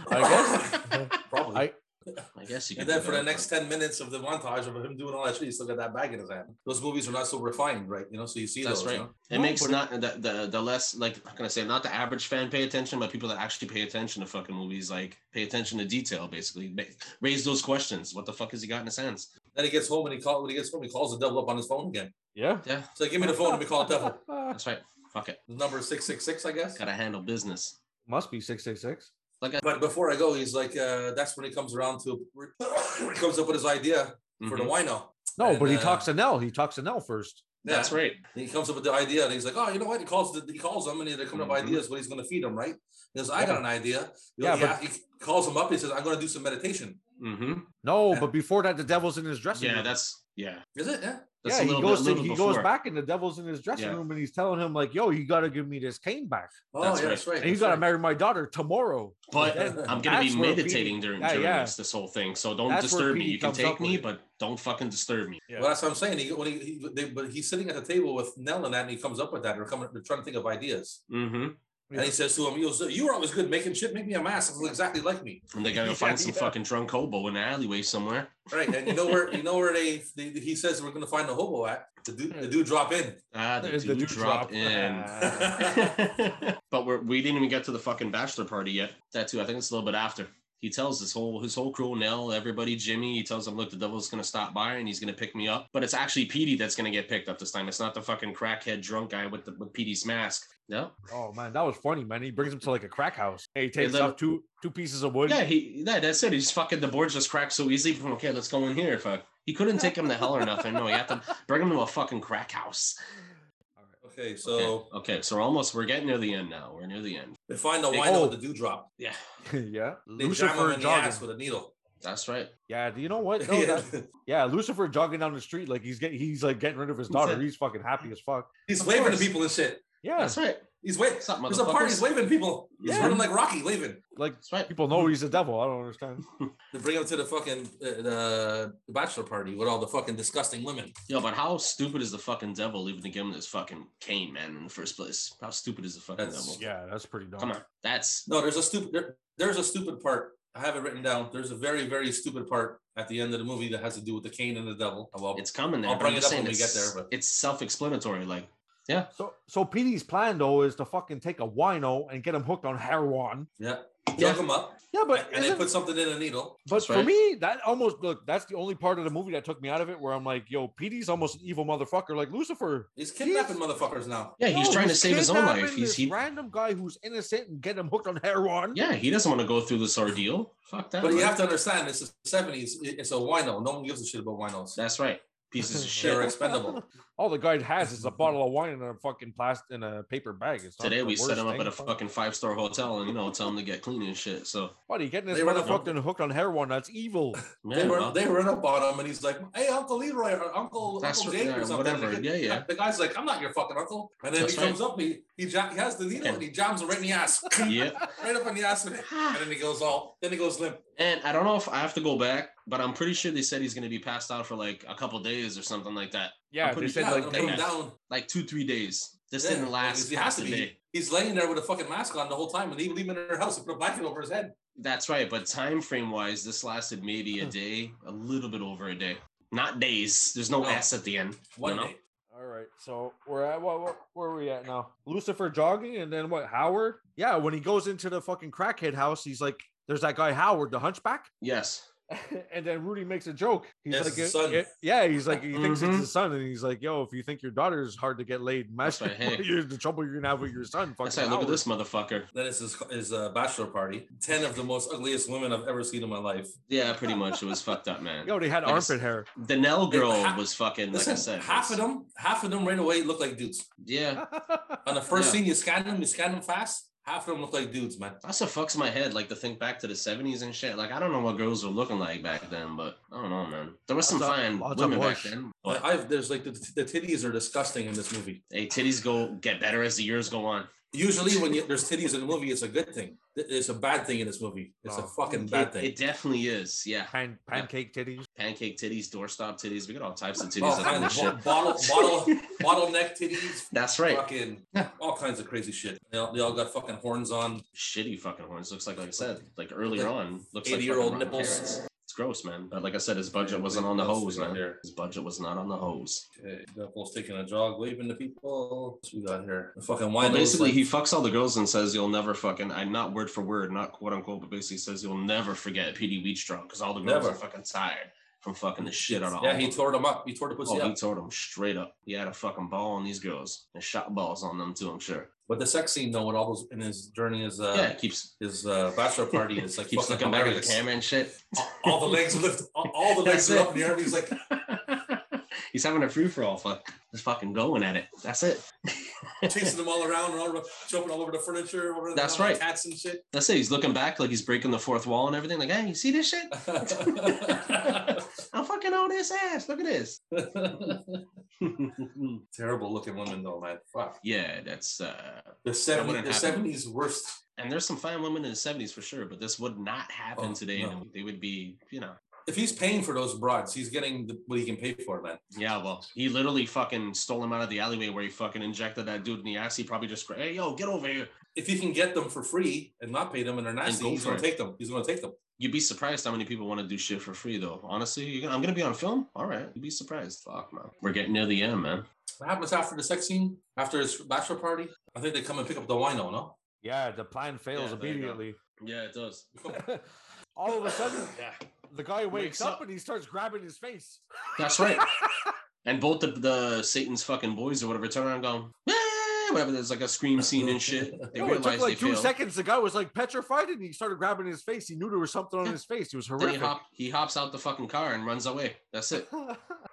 C: I guess.
G: Probably.
C: I-
B: I guess you.
G: and
B: could
G: then
B: do
G: for
B: that,
G: the
B: but-
G: next ten minutes of the montage of him doing all that shit, he's still got that bag in his hand. Those movies are not so refined, right? You know, so you see
B: That's
G: those.
B: right.
G: You know?
B: It makes not the, the the less like how can I say not the average fan pay attention, but people that actually pay attention to fucking movies like pay attention to detail basically Ma- raise those questions. What the fuck has he got in his hands?
G: Then he gets home and he calls. When he gets home, he calls the devil up on his phone again.
C: yeah.
B: Yeah,
G: So give me the phone and we call the devil.
B: that's right. Fuck it,
G: The number six six six, I guess.
B: gotta handle business.
C: Must be six six six.
G: But before I go, he's like, uh, that's when he comes around to. he comes up with his idea for the
B: Mhm.
C: Mm-hmm.
G: wino.
C: No,
G: And,
C: but he
G: uh,
C: talks to Nell. He talks to Nell first.
G: Yeah.
B: That's right.
G: And he comes up with the idea, and he's like, "Oh, you know what?" He calls the, he calls him, and they come up with
B: Mhm.
G: ideas what he's going to feed him, right? He goes, "I
C: Mm-hmm. Yeah.
G: got an idea." He,
C: Yeah,
G: he,
C: but-
G: he calls him up. He says, "I'm going to do some meditation."
B: hmm
C: No,
G: Yeah.
C: but before that, the devil's in his dressing
B: Yeah,
C: room.
B: that's yeah.
G: Is it? Yeah.
B: That's
C: yeah,
B: a little
C: he goes
B: bit, a
C: to,
B: little
C: he
B: before.
C: goes back and the devil's in his dressing
B: Yeah.
C: room and he's telling him like, "Yo, you got to give me this cane back,
G: Oh,
B: That's
G: yeah,
B: right.
G: that's right.
C: and you
G: that's
C: got to
G: right.
C: marry my daughter tomorrow."
B: But
G: Then
B: I'm gonna be
C: that's where Petey-
B: meditating during,
C: Yeah,
B: during
C: yeah.
B: this this whole thing, so don't
C: That's where
B: disturb me.
C: Petey
B: You can
C: comes up
B: take me,
C: with
B: but don't fucking disturb me.
G: Well, that's what I'm saying. He, when he,
C: Mm-hmm.
G: he they, but he's sitting at the table with Nell and that, and he comes up with that. They're coming, they're trying to think of ideas,
B: hmm
G: And he says to him, he goes, You were always good making shit, make me a mask. That's exactly like me.
B: And they gotta go
G: Yeah,
B: find some
G: yeah.
B: fucking drunk hobo in the alleyway somewhere.
G: Right. And you know where you know where they, they he says we're gonna find the hobo at. The dude the dude drop in.
B: Ah, the
C: There's
B: dude,
C: the dude
B: drop,
C: drop.
B: in. but we're, we didn't even get to the fucking bachelor party yet. That too, I think it's a little bit after. He tells his whole his whole crew, Nell, everybody, Jimmy. He tells them, "Look, the devil's gonna stop by and he's gonna pick me up." But it's actually Petey that's gonna get picked up this time. It's not the fucking crackhead drunk guy with the with Petey's mask. No,
C: Oh man, that was funny, man. He brings him to like a crack house. And he takes
B: then-
C: off two two pieces of wood.
B: yeah, he yeah, that's it. He's fucking the boards just cracked so easily. Okay, let's go in here. Fuck. He couldn't take him to hell or nothing. No, he had to bring him to a fucking crack house.
G: Okay, so
B: okay, okay, so we're almost we're getting near the end now. We're near the end.
G: they find the
B: They-
G: wino
C: oh.
G: with the dew drop.
B: Yeah,
C: yeah.
G: They jam him
C: Lucifer
G: in the ass
C: jogging.
G: with a needle.
B: that's right.
C: Yeah, do you know what? No,
G: Yeah.
C: that- yeah, Lucifer jogging down the street like he's getting he's like getting rid of his daughter. He's fucking happy as fuck.
G: He's
B: Of
G: waving
B: course.
G: to people and shit.
C: Yeah,
B: That's right.
G: He's waving.
B: What's up,
G: There's a party. He's
B: motherfuckers?
G: waving people. He's
C: Yeah.
G: running like Rocky, waving.
C: like
B: That's right.
C: people know he's the devil. I don't understand.
G: They bring him to the fucking uh, the, the bachelor party with all the fucking disgusting women.
B: Yo, but how stupid is the fucking devil even to give him this fucking cane, man, in the first place? How stupid is the fucking
G: That's-
B: devil?
C: Yeah, that's pretty dumb.
B: Come on. That's
G: No, there's a stupid. There, there's a stupid part. I have it written down. There's a very very stupid part at the end of the movie that has to do with the cane and the devil. Oh, Well,
B: it's coming there.
G: I'll
B: but I'm
G: bring it
B: just
G: up
B: saying
G: when we get
B: it's-
G: there, but-
B: it's self-explanatory. Like,
C: So so Petey's plan though is to fucking take a wino and get him hooked on heroin.
G: yeah,
B: Yeah.
G: yeah. him up,
C: Yeah, but
G: and they
C: isn't-
G: put something in a needle.
C: But
B: That's
C: for
B: right.
C: me, that almost look, that's the only part of the movie that took me out of it where I'm like, yo, Petey's almost an evil motherfucker, like Lucifer.
G: He's kidnapping motherfuckers now.
B: yeah, he's
C: No,
B: trying to save his own
C: kidnapping
B: life. He's
C: this
B: he
C: random guy who's innocent and get him hooked on heroin.
B: yeah, he doesn't want to go through this ordeal. Fuck that.
G: But you
B: man.
G: have to understand, it's the '70s. It- It's a wino. No one gives a shit about winos.
B: That's right. Pieces of shit.
G: They're expendable.
C: All the guy has is a bottle of wine and a fucking plastic in a paper bag. It's not
B: Today
C: the
B: we set
C: worst
B: him up
C: thing.
B: at a fucking five-star hotel and you know tell him to get clean and shit. So
C: buddy getting this
G: They run a-
C: motherfucking hooked on heroin. That's evil.
B: man,
G: They
B: well,
G: run, they run up on him, and he's like, "Hey, Uncle Leroy, or Uncle
B: That's
G: Uncle
B: right,
G: Jake,
B: yeah,
G: or something."
B: whatever,
G: And
B: yeah, yeah.
G: The guy's like, "I'm not your fucking uncle," and then
B: That's
G: he
B: right.
G: comes up, and he he, ja- he has the needle,
B: Okay.
G: and he jams him right in the ass,
B: yeah.
G: right up in the ass, with it. and then he goes all, then he goes limp.
B: And I don't know if I have to go back, but I'm pretty sure they said he's gonna be passed out for like a couple days or something like that.
C: Yeah, they
B: pretty
C: said
B: sure
C: like
G: and
B: they
G: put
B: had-
G: him down.
B: Like two, three days. This
G: Yeah,
B: didn't last.
G: because He has
B: past
G: to
B: the
G: be.
B: day.
G: He's laying there with a fucking mask on the whole time, and they leave him in her house and put a blanket over his head.
B: That's right, but time frame wise, this lasted maybe a day, a little bit over a day. Not days. There's no
G: No.
B: S at the end.
G: One
B: no, no.
G: day.
C: All right, so we're at what, what where are we at now? Lucifer jogging, and then what? Howard? Yeah, when he goes into the fucking crackhead house, he's like, "There's that guy Howard, the hunchback,"
B: Yes.
C: and then Rudy makes a joke. He's
G: Yes,
C: like,
G: his
C: "Eh,
G: son."
C: eh," "Yeah," he's like, he thinks it's
B: Mhm.
C: his son, and he's like, "Yo, if you think your daughter is hard to get laid, imagine
B: right, hey.
C: what you're- the trouble you're gonna have with your son." Fucking
B: That's right. Look at
C: Howard.
B: this motherfucker.
G: Then it's his, his uh, bachelor party. Ten of the most ugliest women I've ever seen in my life.
B: Yeah, pretty much. It was fucked up, man.
C: Yo, they had
B: Like I s-
C: armpit hair.
B: the Nell girl
G: ha-
B: was fucking, like I
G: Listen,
B: said.
G: half of
B: was-
G: them, half of them right away look like dudes.
B: Yeah.
G: On the first
B: Yeah.
G: scene, you scan them, you scan them fast. Half of them look like dudes, man.
B: That's what fucks my head, like to think back to the 70s and shit. Like, I don't know what girls were looking like back then, but I don't know, man. There was some
C: Lots of-
B: fine
C: lots of
B: women back
C: bush.
B: then.
G: But
B: But
G: I've there's like the, the titties are disgusting in this movie.
B: hey, titties go get better as the years go on.
G: Usually, when you, there's titties in a movie, it's a good thing. Th- It's a bad thing in this movie. It's
C: No.
G: a fucking bad
B: It-
G: thing.
B: it definitely is. Yeah.
C: Pan, pancake titties.
B: pancake titties, doorstop titties. We got all types of titties.
G: All
B: that kind of
G: kinds
B: shit.
G: Oh, of bottle, bottle, bottleneck titties.
B: That's right.
G: Fucking all kinds of crazy shit. They all, they all got fucking horns on.
B: Shitty fucking horns. Looks like, like I said, like earlier on, looks like
G: 80-year-old
B: fucking rotten
G: nipples.
B: carrots. It's gross, man. But like I said, his budget
G: Yeah,
B: wasn't
G: like,
B: on the
G: that's
B: hose,
G: right
B: man.
G: there.
B: His budget was not on the hose.
G: Okay, Devil's taking a jog, waving to people. What we got here? The fucking
B: Well,
G: wine.
B: basically, he fucks all the girls and says, "You'll never fucking," I not word for word, not quote unquote, but basically says, "You'll never forget PD Weedstraw," because all the girls
G: Never.
B: are fucking tired from fucking the shit out of all
G: yeah, he
B: of them.
G: tore them up. He tore the pussy
B: Oh, he
G: up.
B: told them straight up. He had a fucking ball on these girls and shot balls on them too. I'm sure.
G: But the sex scene though, with all those in his during his uh,
B: yeah, it keeps
G: his uh, bachelor party, it's like
B: keeps
G: fucking
B: looking back at the
G: hilarious.
B: camera and shit.
G: all, all the legs lift, all, all the legs
B: That's
G: are up
B: it.
G: in the air. and He's like,
B: He's having a free for all. Fuck, just fucking going at it. That's it.
G: chasing them all around and all over, jumping all over the furniture, over the-
B: That's
G: all the
B: right.
G: cats and shit.
B: That's it. He's looking back like he's breaking the fourth wall and everything. Like, hey, you see this shit? I fucking own this ass. Look at this.
G: Terrible looking women though, man. Fuck.
B: yeah, that's. uh
G: The 70,
B: wouldn't
G: the
B: happen.
G: seventies worst.
B: And there's some fine women in the '70s for sure, but this would not happen
G: Oh,
B: today.
G: no.
B: and They would be, you know,
G: if he's paying for those broads, he's getting the, what he can pay for, man.
B: Yeah, well, he literally fucking stole him out of the alleyway where he fucking injected that dude in the ass. He probably just, scra- hey, yo, get over here.
G: If he can get them for free and not pay them and they're nasty,
B: go
G: he's
B: for
G: gonna
B: it.
G: take them. He's gonna take them.
B: You'd be surprised how many people want to do shit for free, though. Honestly, you're gonna, I'm gonna be on film. All right, you'd be surprised. Fuck, man. We're getting near the end, man.
G: What happens after the sex scene? After his bachelor party? I think they come and pick up the wino, no?
C: Yeah, the plan fails
B: Yeah, there you go.
C: immediately.
B: Yeah, it does.
C: All of a sudden,
B: yeah,
C: the guy wakes,
B: Wakes
C: up,
B: up.
C: and he starts grabbing his face.
B: that's right. and both the, the Satan's fucking boys or whatever turn around and go, "Ah," whatever. There's like a scream scene and shit. They
C: Yo, it
B: realize
C: took like
B: they
C: two
B: failed.
C: seconds. The guy was like petrified, and he started grabbing his face. He knew there was something on his face. It was
B: Then he,
C: horrific.
B: hop, he hops out the fucking car and runs away. That's it.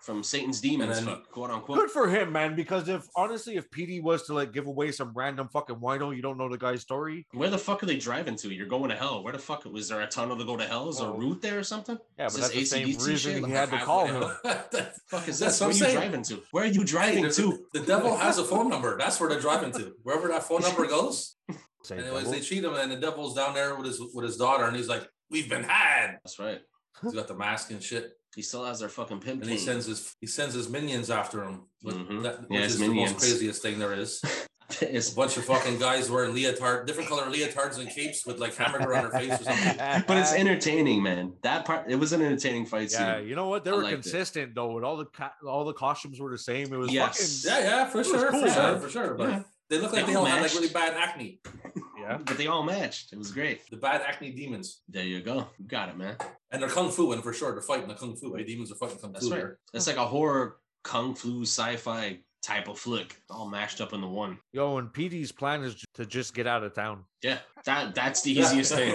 B: From Satan's demons,
G: And then-
B: fuck, quote unquote.
C: Good for him, man. Because if honestly, if PD was to like give away some random fucking wino, you don't know the guy's story.
B: Where the fuck are they driving to? You're going to hell. Where the fuck was there a tunnel to go to hell?
G: Oh.
B: Is there a
C: Well,
B: route there or something?
C: Yeah,
B: Is
C: but
B: this
C: that's the same
B: AC/DC
C: reason
B: shit?
C: he
B: Like
C: had to
B: halfway
C: call
B: to hell?
C: him.
G: That's
B: Fuck is
G: That's
B: this?
G: what I'm
B: Where are you
G: saying.
B: driving to? Where are you driving to?
G: the, the devil has a phone number. That's where they're driving to. Wherever that phone number goes.
C: Same
G: Anyways,
C: devil.
G: they cheat him and the devil's down there with his with his daughter and he's like, We've been had.
B: That's right.
G: He's got the mask and shit.
B: He still has their fucking pimp.
G: And he
B: cane.
G: sends his he sends his minions after him. Which,
B: Mhm.
G: that, which
B: Hmm. Yeah, his
G: is the
B: minions.
G: most craziest thing there is. a
B: It's-
G: bunch of fucking guys wearing leotard, different color leotards and capes with like hamburger on their face or something.
B: but
C: Uh,
B: it's entertaining, man. That part it was an entertaining fight scene.
C: Yeah, you know what? They
B: I
C: were
B: liked it.
C: consistent though. With all the ca- all the costumes were the same. It was
B: Yes.
G: Yeah, yeah, for
C: was
G: sure,
C: cool,
G: for sure,
B: man.
G: for sure. But
B: Yeah.
G: they look like
B: They
G: they
B: all
G: all had like
B: matched.
G: really bad acne,
C: fucking yeah.
B: But they all matched. It was great.
G: the bad acne demons,
B: There you go. You got it, man.
G: and they're kung fu and for sure they're fighting the kung fu. eh? demons are fighting kung
B: That's
G: fu.
B: right.
G: here.
B: It's like a horror kung fu sci-fi type of flick, all mashed up into one.
C: Yo, and PD's plan is ju- to just get out of town.
B: Yeah, that that's the easiest thing.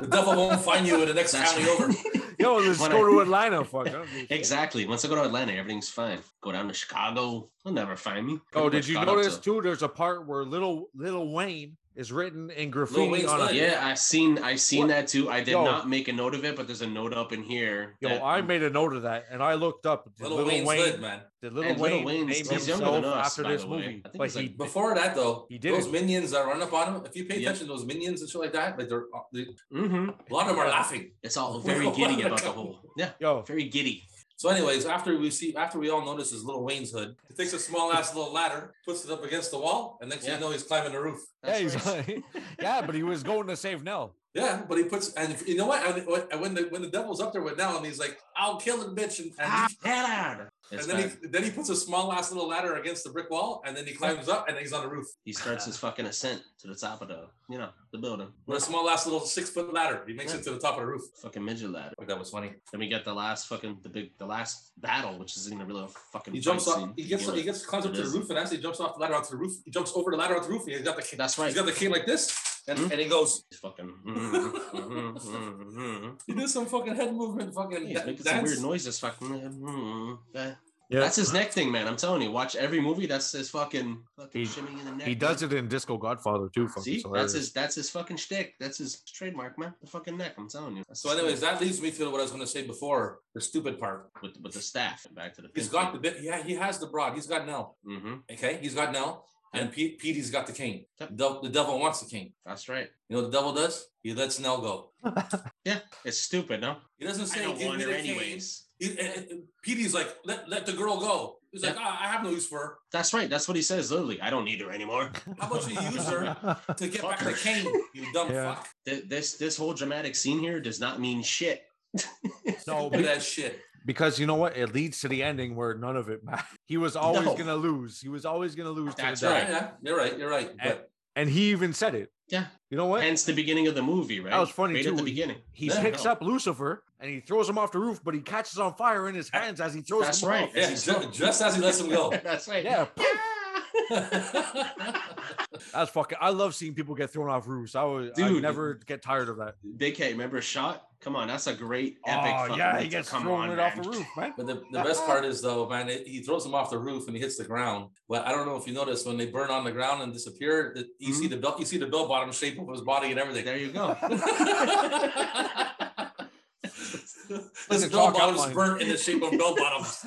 G: The devil won't find you in the next
B: That's
G: county
B: right.
G: over.
C: Yo, let's
B: When
C: go
B: I-
C: to Atlanta. Fuck. I don't give a shit.
B: Exactly. Once I go to Atlanta, everything's fine. Go down to Chicago, they'll never find me.
C: Oh,
B: Pretty
C: did
B: much
C: you
B: got up
C: notice
B: to-
C: too? There's a part where little little Wayne is written in graffiti
G: Wayne's
C: on a.
G: not-
B: Yeah, I've seen I've seen
C: What?
B: that too. I did
C: Yo.
B: not make a note of it, but there's a note up in here.
C: Yo,
B: that-
C: I made a note of that, and I looked up. Did
G: Little
C: little
G: Wayne's
C: Wayne,
G: lid, man.
C: did little
B: And Lil
C: Wayne
B: Wayne's-
C: name
B: he's younger than
C: himself
B: us,
C: after
B: by
C: this
B: the way. I
C: movie?
B: think
C: But
B: he's
C: he,
B: like-
G: Before that though,
C: He did
G: those
C: it.
G: minions that run up on him. If you pay
B: Yeah.
G: attention to those minions and shit like that, like they're uh, they,
B: Mhm.
G: a lot of them are laughing.
B: It's all very giddy about the whole. Yeah,
C: yo,
B: very giddy.
G: So, anyways, after we see, after we all notice his little Wayne's hood, he takes a small ass little ladder, puts it up against the wall, and next thing
B: Yeah.
G: you know, he's climbing the roof.
C: yeah,
B: That's
C: he's
B: right.
C: yeah, but he was going to save Nell.
G: Yeah, but he puts, and you know what? And when- and when the when the devil's up there with now, and he's like, "I'll kill the bitch," and, and,
B: Ah,
G: he-
B: get out. It's
G: and then
B: bad.
G: he then he puts a small ass little ladder against the brick wall, and then he climbs up, and he's on the roof
B: he starts his fucking ascent to the top of the, you know, the building.
G: with a small ass little six foot ladder. He makes it to the top of the roof.
B: Fucking midget ladder.
G: Like, that was funny.
B: Then we get the last fucking the big the last battle, which isn't even really a fucking.
G: He jumps
B: fight
G: off.
B: scene
G: He
B: to
G: gets
B: begin
G: he
B: with.
G: gets climbs up
B: It
G: to the
B: is.
G: roof, and actually jumps off the ladder onto the roof. He jumps over the ladder onto the roof. and He's got the
B: That's right.
G: he's got the cane like this, and,
B: Hmm?
G: and he goes.
B: He's fucking. mhm, mhm, mhm, mhm.
G: He did some fucking head movement, fucking
B: He's
G: da-
B: making some
G: dance.
B: weird noises. Fucking. mhm, yeah.
C: Yeah.
B: That's his neck thing, man. I'm telling you. Watch every movie. That's his fucking fucking
C: He-
B: shimmying in the neck.
C: He
B: man.
C: does it in Disco Godfather too. Fucking
B: See,
C: hilarious.
B: that's his that's his fucking shtick. That's his trademark, man. The fucking neck. I'm telling you. That's
G: So,
B: his
G: anyways,
B: thing.
G: that leads me to what I was going to say before the stupid part.
B: with with the staff back to the.
G: He's got the bit. Yeah, he has the broad. He's got Nell.
B: Mm-hmm.
G: Okay, he's got Nell, and Pete, Petey's got the cane.
B: Yep.
G: The, the devil wants the cane.
B: That's right.
G: You know what the devil does? He lets Nell go.
B: Yeah, it's stupid, no?
G: He doesn't say, "Give me the cane." He- and- and Petey's like, "Let let the girl go." He's like, "Ah, "I have no use for her.
B: That's right. That's what he says. Literally, I don't need her anymore.
G: How about you use her to get back the cane? You dumb
C: Yeah.
G: fuck!
B: Th- this this whole dramatic scene here does not mean shit.
C: no,
G: Look at
C: be-
G: that shit."
C: because you know what? It leads to the ending where none of it matters. He was always
B: No.
C: gonna lose. He was always gonna lose.
B: That's
C: to the
B: right.
C: right.
G: Yeah, yeah, you're right. You're right. But
C: And he even said it.
B: Yeah.
C: You know what?
B: Hence the beginning of the movie, right?
C: was funny,
B: right
C: too.
B: At the beginning,
C: he
B: Yeah,
C: picks
B: no.
C: up Lucifer and he throws him off the roof, but he catches on fire in his hands as he throws
B: That's
C: him
B: right.
C: off.
G: yeah, ju- just as he lets him go.
B: That's right.
C: Yeah,
G: Yeah.
C: that's fucking. I love seeing people get thrown off roofs. I would I
B: Dude.
C: never get tired of that.
B: BK, remember shot? Come on, that's a great epic.
C: oh
B: fucking-
C: yeah, he gets
B: Come
C: thrown
B: on,
C: it off
B: man.
C: the roof, man.
G: But the, the best part is though, man, it, he throws him off the roof and he hits the ground. But I don't know if you noticed when they burn on the ground and disappear, that you see the belt, you see the bell bottom shape of his body and everything.
B: There you go.
G: His
C: a
G: bell
C: chalk
G: bottoms
C: outline.
G: burnt in the shape of bell bottoms.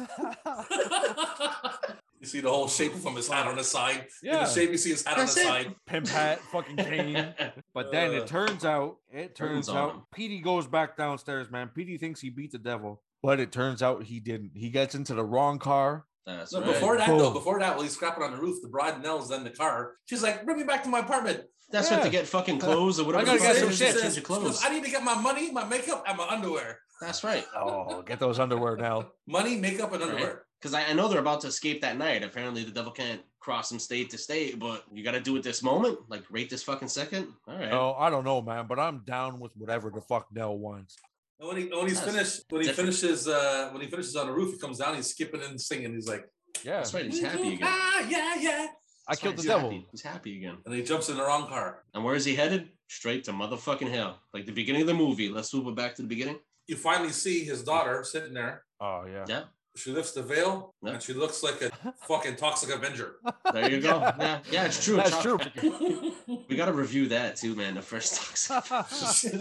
G: you see the whole shape of him, his hat on the side. In
C: Yeah.
G: the shape you see his hat
B: That's
G: on
B: it.
G: the side.
C: Pimp hat, fucking cane. But then
G: Uh.
C: it turns out It
B: Turns
C: turns
B: on
C: out
B: him.
C: Petey goes back downstairs, man. Petey thinks he beat the devil, but it turns out he didn't. He gets into the wrong car.
B: That's
G: No,
B: right.
G: before that, though,
C: Boom.
G: before that, while he's scrapping on the roof, the bride Nell's in the car. She's like, "Bring me back to my apartment."
B: That's
C: Yeah.
B: what to get fucking clothes or whatever.
C: I gotta
B: the
C: get
B: fuck
C: some
B: it is,
C: shit.
B: just
G: Says,
B: Change your clothes.
G: "I need to get my money, my makeup, and my underwear.
B: That's right.
C: Oh, get those underwear now.
G: Money, makeup, and
B: Right.
G: underwear."
B: Because I, I know they're about to escape that night. Apparently, the devil can't cross from state to state, but you got to do it this moment, like right this fucking second. All right.
C: No, I don't know, man, but I'm down with whatever the fuck Nell wants.
G: And when he when he's
B: That's
G: finished, when he
B: different.
G: finishes, uh, when he finishes on the roof, he comes down, he's skipping and singing. He's like,
C: Yeah,
B: That's right. He's happy again.
G: "Ah, yeah, yeah."
C: I killed the
B: He's
C: devil.
B: happy. He's happy again.
G: And he jumps in the wrong car.
B: And where is he headed? Straight to motherfucking hell. Like the beginning of the movie. Let's move it back to the beginning.
G: You finally see his daughter sitting there.
C: Oh yeah.
B: Yeah.
G: She lifts the veil,
B: Yeah.
G: and she looks like a fucking toxic Avenger.
B: There you go. yeah. yeah. It's true.
C: That's
B: Chop-
C: true.
B: We got to review that too, man. The first toxic.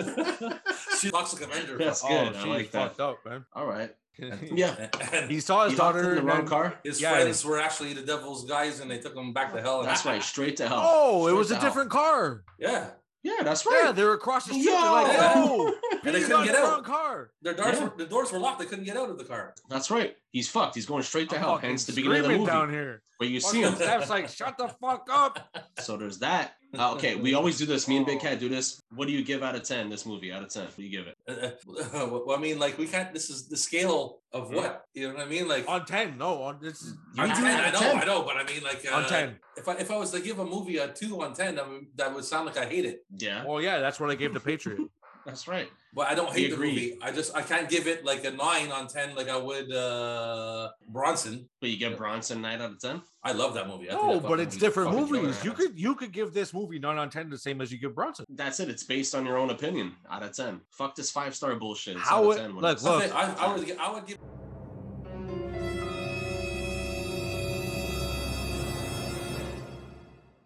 G: She's toxic Avenger.
B: That's
C: oh,
B: good. I
C: she's
B: like that.
C: fucked up, man.
B: All right. Yeah.
G: And
C: he saw his
B: He locked
C: daughter
B: in the
C: and
B: wrong
C: then-
B: car.
G: his
C: Yeah,
G: friends were actually the devil's guys, and they took him back to hell. And
B: Oh, That's right. Straight to hell.
C: Oh, it
B: Straight
C: was
B: to
C: a
B: hell.
C: different car.
G: Yeah,
B: Yeah, that's
C: Yeah,
B: right.
C: they were across the street. They're like,
G: Yo!
C: yo,
G: and they
C: Pete's
G: couldn't
C: on the
G: get out.
C: wrong car.
G: Their doors,
B: Yeah.
G: were, the doors were locked. They couldn't get out of the car.
B: That's right. He's fucked. He's going straight to
C: I'm
B: hell.
C: fucking
B: Hence the beginning of the
C: screaming
B: movie
C: down here.
B: where you
C: Fucking
B: see him.
C: Steph's like, shut the fuck up.
B: So there's that. Uh, okay, we always do this. Me and Big Cat do this. What do you give out of ten? This movie out of ten? What do you give it?
G: Uh, uh, well, I mean, like we can't. This is the scale of what you know what I mean. Like
C: On 10, no, on this is
G: on
B: do
G: 10,
B: it
G: I
B: on
G: know,
B: 10.
G: I know, but I mean, like uh,
C: on 10.
G: If I if I was to give a movie a two on ten, I mean, that would sound like I hate it.
B: Yeah,
C: Well, yeah, that's what I gave the Patriot.
B: that's right.
G: But I don't
B: We
G: hate the
B: agree.
G: movie. I just I can't give it like a nine on ten like I would uh Bronson.
B: But you get Bronson nine out of ten.
G: I love that movie. I think
C: no,
G: that
C: but
G: fucking
C: it's
G: movie's
C: different
G: fucking killer.
C: movies. You could you could give this movie 9 on 10 the same as you give Bronson.
B: That's it. It's based on your own opinion. Out of ten. Fuck this five star bullshit. It's
C: How
B: out of
C: it-
B: ten. when
C: look,
B: it's-
C: look.
G: I, I, I would gi- I would give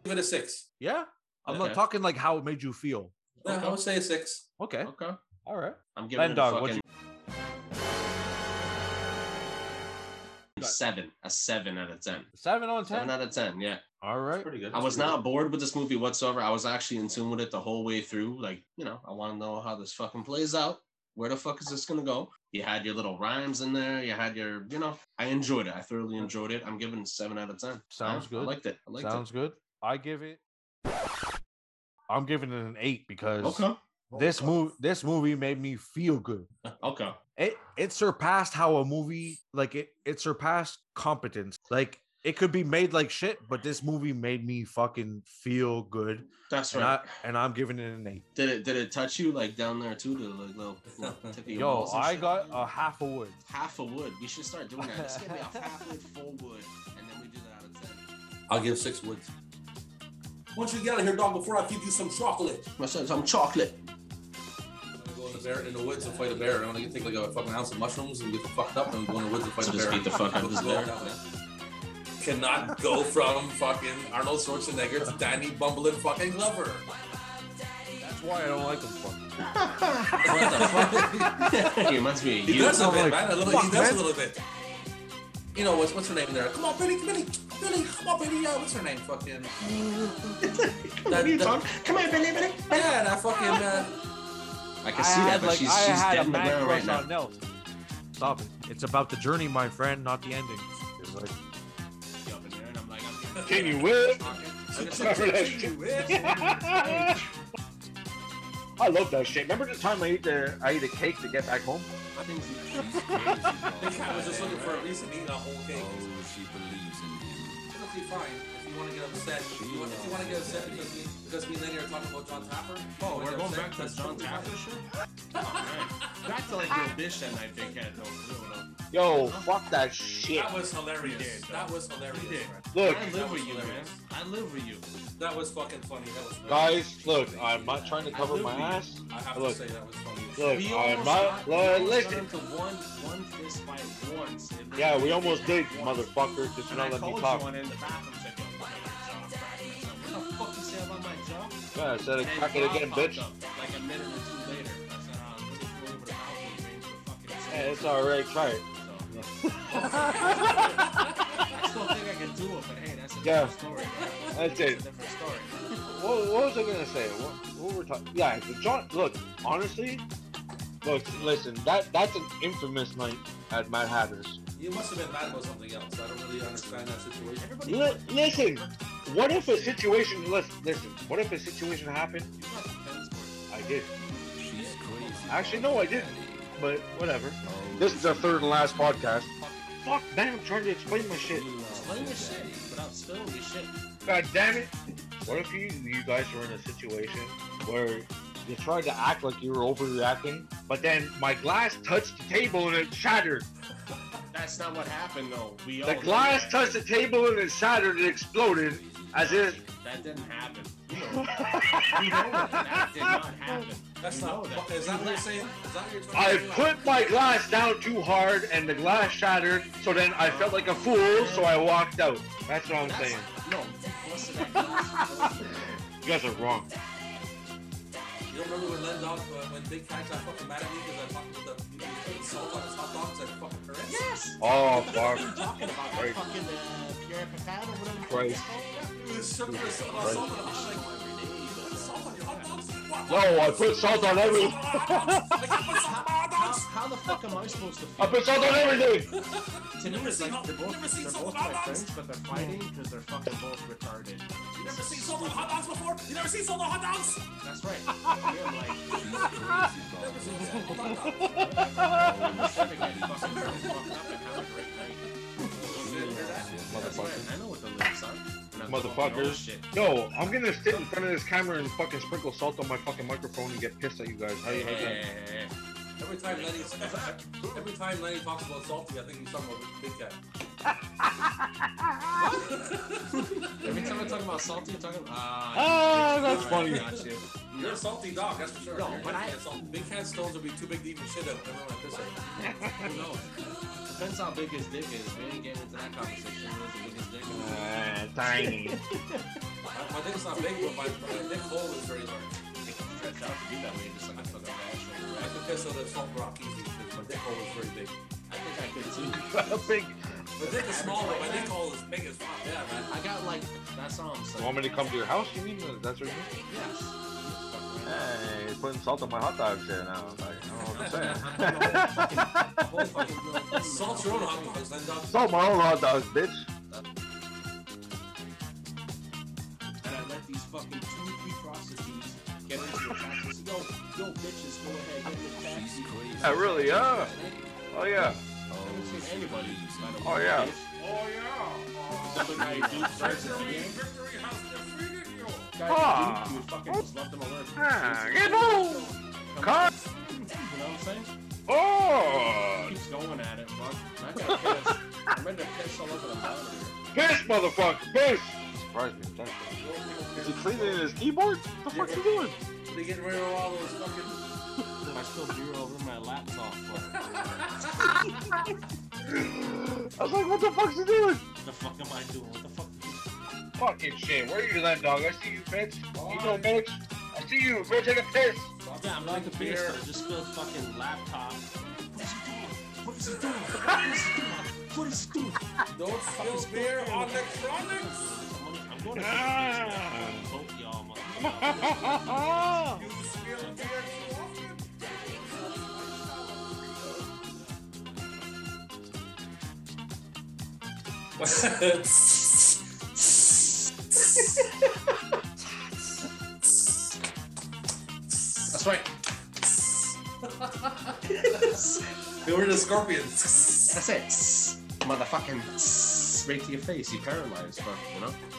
G: give it a six.
C: Yeah? I'm
B: Okay.
C: not talking like how it made you feel.
G: Yeah, I
B: Okay.
G: would say a six.
C: Okay.
B: Okay.
C: All right.
B: I'm giving
C: Ben
B: it a
C: Dog, what'd
B: fucking seven. A seven out of ten.
C: 7 on 10.
B: Seven out of ten. Yeah.
C: All right.
G: Pretty good.
B: I was
G: Pretty
B: not bored with this movie whatsoever. I was actually in tune with it the whole way through. Like, you know, I want to know how this fucking plays out. Where the fuck is this gonna go? You had your little rhymes in there. You had your, you know, I enjoyed it. I thoroughly enjoyed it. I'm giving it seven out of ten.
C: Sounds
B: I, I
C: good.
B: liked it. I liked
C: Sounds good. I give it I'm giving it an 8
B: it.
C: because
B: Okay.
C: this movie this movie made me feel good.
B: Okay.
C: it it surpassed how a movie like it it surpassed competence like it could be made like shit but this movie made me fucking feel good
B: That's
C: and,
B: right.
C: I, and i'm giving it an eight
B: Did it did it touch you like down there too? The like little you know, tip of your
C: yo
B: balls and
C: i
B: shit?
C: got a half a wood
B: half a wood. We should start doing that. Let's get me a half wood, full wood, and then we do that out of ten.
G: good. I'll give six woods. Once you get out of here, dog, before I give you some chocolate.
B: My son, some chocolate.
G: I'm gonna go in the bear in the woods and fight a bear. I'm gonna take like a fucking ounce of mushrooms and get fucked up and go in the woods and fight
B: So
G: a
B: just
G: bear.
B: beat the fuck out of this
G: Go
B: bear.
G: that way. Cannot go from fucking Arnold Schwarzenegger to Danny Bumbling fucking Glover.
C: that's why i don't like them fuck.
G: What the fuck?
B: he reminds me of
G: He
B: you.
G: does a
C: I'm
G: bit,
C: like,
G: man. A little, he
C: fuck,
G: does a
C: man.
G: little bit. You know what's what's her name in there? Come on, Billy, Billy, Billy, come on, Billy. Uh, what's her name? Fucking. That- that-
B: Come here, Billy, Billy.
G: Yeah, that fucking. Uh,
B: I can see that, but she's,
C: I
B: she's
C: had
B: dead
C: a
B: in the
C: mad
B: ground right
C: crush
B: now.
C: on Nels. stop it it's about the journey my friend not the ending It's like-
B: Can you whip? I'm just like,
J: I love that shit. Remember the time I ate the I ate a cake to get back home?
G: The cat was just looking for a reason to eat a whole
B: Oh,
G: cake.
D: she believes in him.
G: perfectly fine if you want to get upset. If you want, if you want to get upset because we because we and Lenny are talking about John Tapper.
B: Oh,
G: and
B: we're
G: you're
B: going
G: upset,
B: back to
G: that's
B: John
G: totally fine.
B: Tapper shit? That's like your bitch that night, big head, though.
J: Yo, fuck that shit.
G: That was hilarious.
B: did, though.
G: that was hilarious.
B: He did.
J: Look,
B: I live with you, man. I live with you.
G: That was fucking funny. That was hilarious.
J: guys, look, I'm not trying to cover my ass.
G: I have
J: Look.
G: to say that was funny. as
J: Look,
B: We
J: I'm not.
B: almost got- we
J: Look,
B: almost got
J: listen.
B: into one, one fist fight once. and then-
J: Yeah, we almost did, motherfucker. Just
B: And I
J: not let
B: told
J: me
B: you
J: talk.
B: on in the bathroom, said, yo, look at your jaw cracking or something. What the fuck you say about my jaw?
J: Yeah, I said it.
B: And
J: Crack it
B: jaw
J: again,
B: popped
J: bitch.
B: up, Like a minute or two later. I said, "Ah, I'm really cool over the balcony, man, for fucking
J: Hey,
B: saying
J: it's all right. Try it.
B: it." So- I still think I can do it, but hey, that's a
J: Yeah.
B: different story. man.
J: That's it.
B: That's a different story.
J: What, what was I gonna say? What,
C: who we're talking? Yeah, the John. Look, honestly, look, listen. That that's an infamous night at Mad Hatter's.
G: You must have been mad about something else. I don't really understand that situation. Everybody,
C: Li- listen, what if a situation? Listen, listen. What if a situation happened? I did.
G: She's crazy.
C: Actually, no, I didn't. But whatever. This is our third and last podcast. Fuck, man, I'm trying to explain my shit.
G: Explain your shit without spilling your shit.
C: God damn it! What if you you guys were in a situation where you tried to act like you were overreacting, but then my glass touched the table and it shattered.
B: That's not what happened though. We
C: The
B: all
C: glass
B: know
C: touched the table and it shattered and exploded as if
B: that. That didn't happen. You know that. You know that. That did not happen.
G: That's
B: You
G: not.
B: know that.
G: Is that what you're saying? Is that what you're
C: I
G: talking about?
C: put my glass down too hard and the glass shattered, so then I felt like a fool, so I walked out. That's what I'm
B: That's-
C: saying.
B: No, listen. I-
C: You guys are wrong.
G: You don't remember when Len Dog, uh, when Big Cat got fucking mad at me because I fucking with the fucking salt on his hot dogs and fucking carrots?
B: yes.
C: Oh,
B: What are you
C: fuck.
B: talking about?
C: Christ.
B: That fucking uh, Pierre Picard or whatever.
C: Christ.
G: It was sugar and salt on salt on the hot dogs. Like, salt on your hot dogs? What?
C: No, I put salt on everything.
G: Like, I put salt on my hot
B: How,
G: dogs?
B: how the fuck am I supposed to
C: I
B: feel?
C: put salt on everything.
B: To me, it's
G: seen
B: like
G: salt-
B: they're both,
G: never seen
B: they're
G: salt
B: both
G: on
B: my
G: hot dogs.
B: friends, but they're fighting because they're fucking both retarded.
G: You never seen salt on hot dogs before? You never seen salt on hot dogs?
B: That's right. I am like,
G: Never seen salt on hot dogs.
B: you should have got fucking fucked up and have a great night. That's right. I know what the lyrics are. And I'm fucking old
C: Motherfuckers.
B: Shit.
C: Yo, I'm gonna sit in front of this camera and fucking sprinkle salt on my fucking microphone and get pissed at you guys. How you like that?
B: Yeah.
G: Every time Lenny, every time Lenny talks about salty, I think he's talking about Big Cat.
B: Every time I talk about salty, I'm talking about.
C: Ah, that's funny.
B: alright, got you.
G: You're a salty dog, that's for sure.
B: No,
G: You're
B: but
G: gonna
B: I-
G: get salty. Big Cat stones would be too big to even shit out. Never mind, piss
B: Who knows? Depends how big his dick is. We ain't getting into that conversation. Who's the biggest dick?
C: Ah, tiny.
G: out. My dick's not big, but my, my dick hole is very large.
B: Stretched out to be that way, just like a fucking
G: I
B: bachelor.
G: could piss out a salt rock easy because my dick hole is very big.
B: I think I could too.
C: A big.
G: My dick is small, but my dick hole is big as fuck. Yeah, man.
B: I got like, that's all I'm saying.
C: Want me to come to your house? You mean that's what you mean?
B: Yes.
C: Hey, putting salt on my hot dogs there now. Like, I don't know what I'm saying.
G: Holy fucking salt your own hot dogs, then dog.
C: salt my own hot dogs, bitch.
B: and I let these fucking two, three prostitutes get into a taxi. Yo, yo, bitches, go ahead, get in the taxi.
C: I really am. Oh yeah.
B: I haven't seen anybody use that.
C: Oh, yeah.
B: Oh, yeah. Some guy dude starts a video. Guy
C: Ah.
B: dude, dude fucking just left him alone.
C: Ah,
B: Seriously.
C: get on.
B: Come
C: Cut.
B: on. You know what I'm saying?
C: Oh,
B: Keeps going at it, fuck. And I got pissed. I'm ready to piss all over the monitor.
C: piss, motherfucker, piss. Surprised me. thank you. Is he cleaning his keyboard? What the fuck's he doing?
G: They get rid of all those fucking.
B: I spilled beer over my laptop. Fuck.
C: I was like, what the fuck's he doing?
B: the fuck am I doing? What the fuck?
C: Fucking shit. Where are you, land dog? I see you, bitch. You know, bitch. I see you, bitch. Take a piss.
B: Yeah, I'm like the beer. I just spilled fucking laptop. What is he doing? What is he doing? What is he doing?
G: Don't spill beer on electronics.
B: What is he doing? I'm going to
C: Ah.
B: vote y'all, motherfucker.
G: You spill beer too often. That's right. they were the scorpions.
B: That's it. Motherfucking right to your face. You paralyzed, fuck, you know?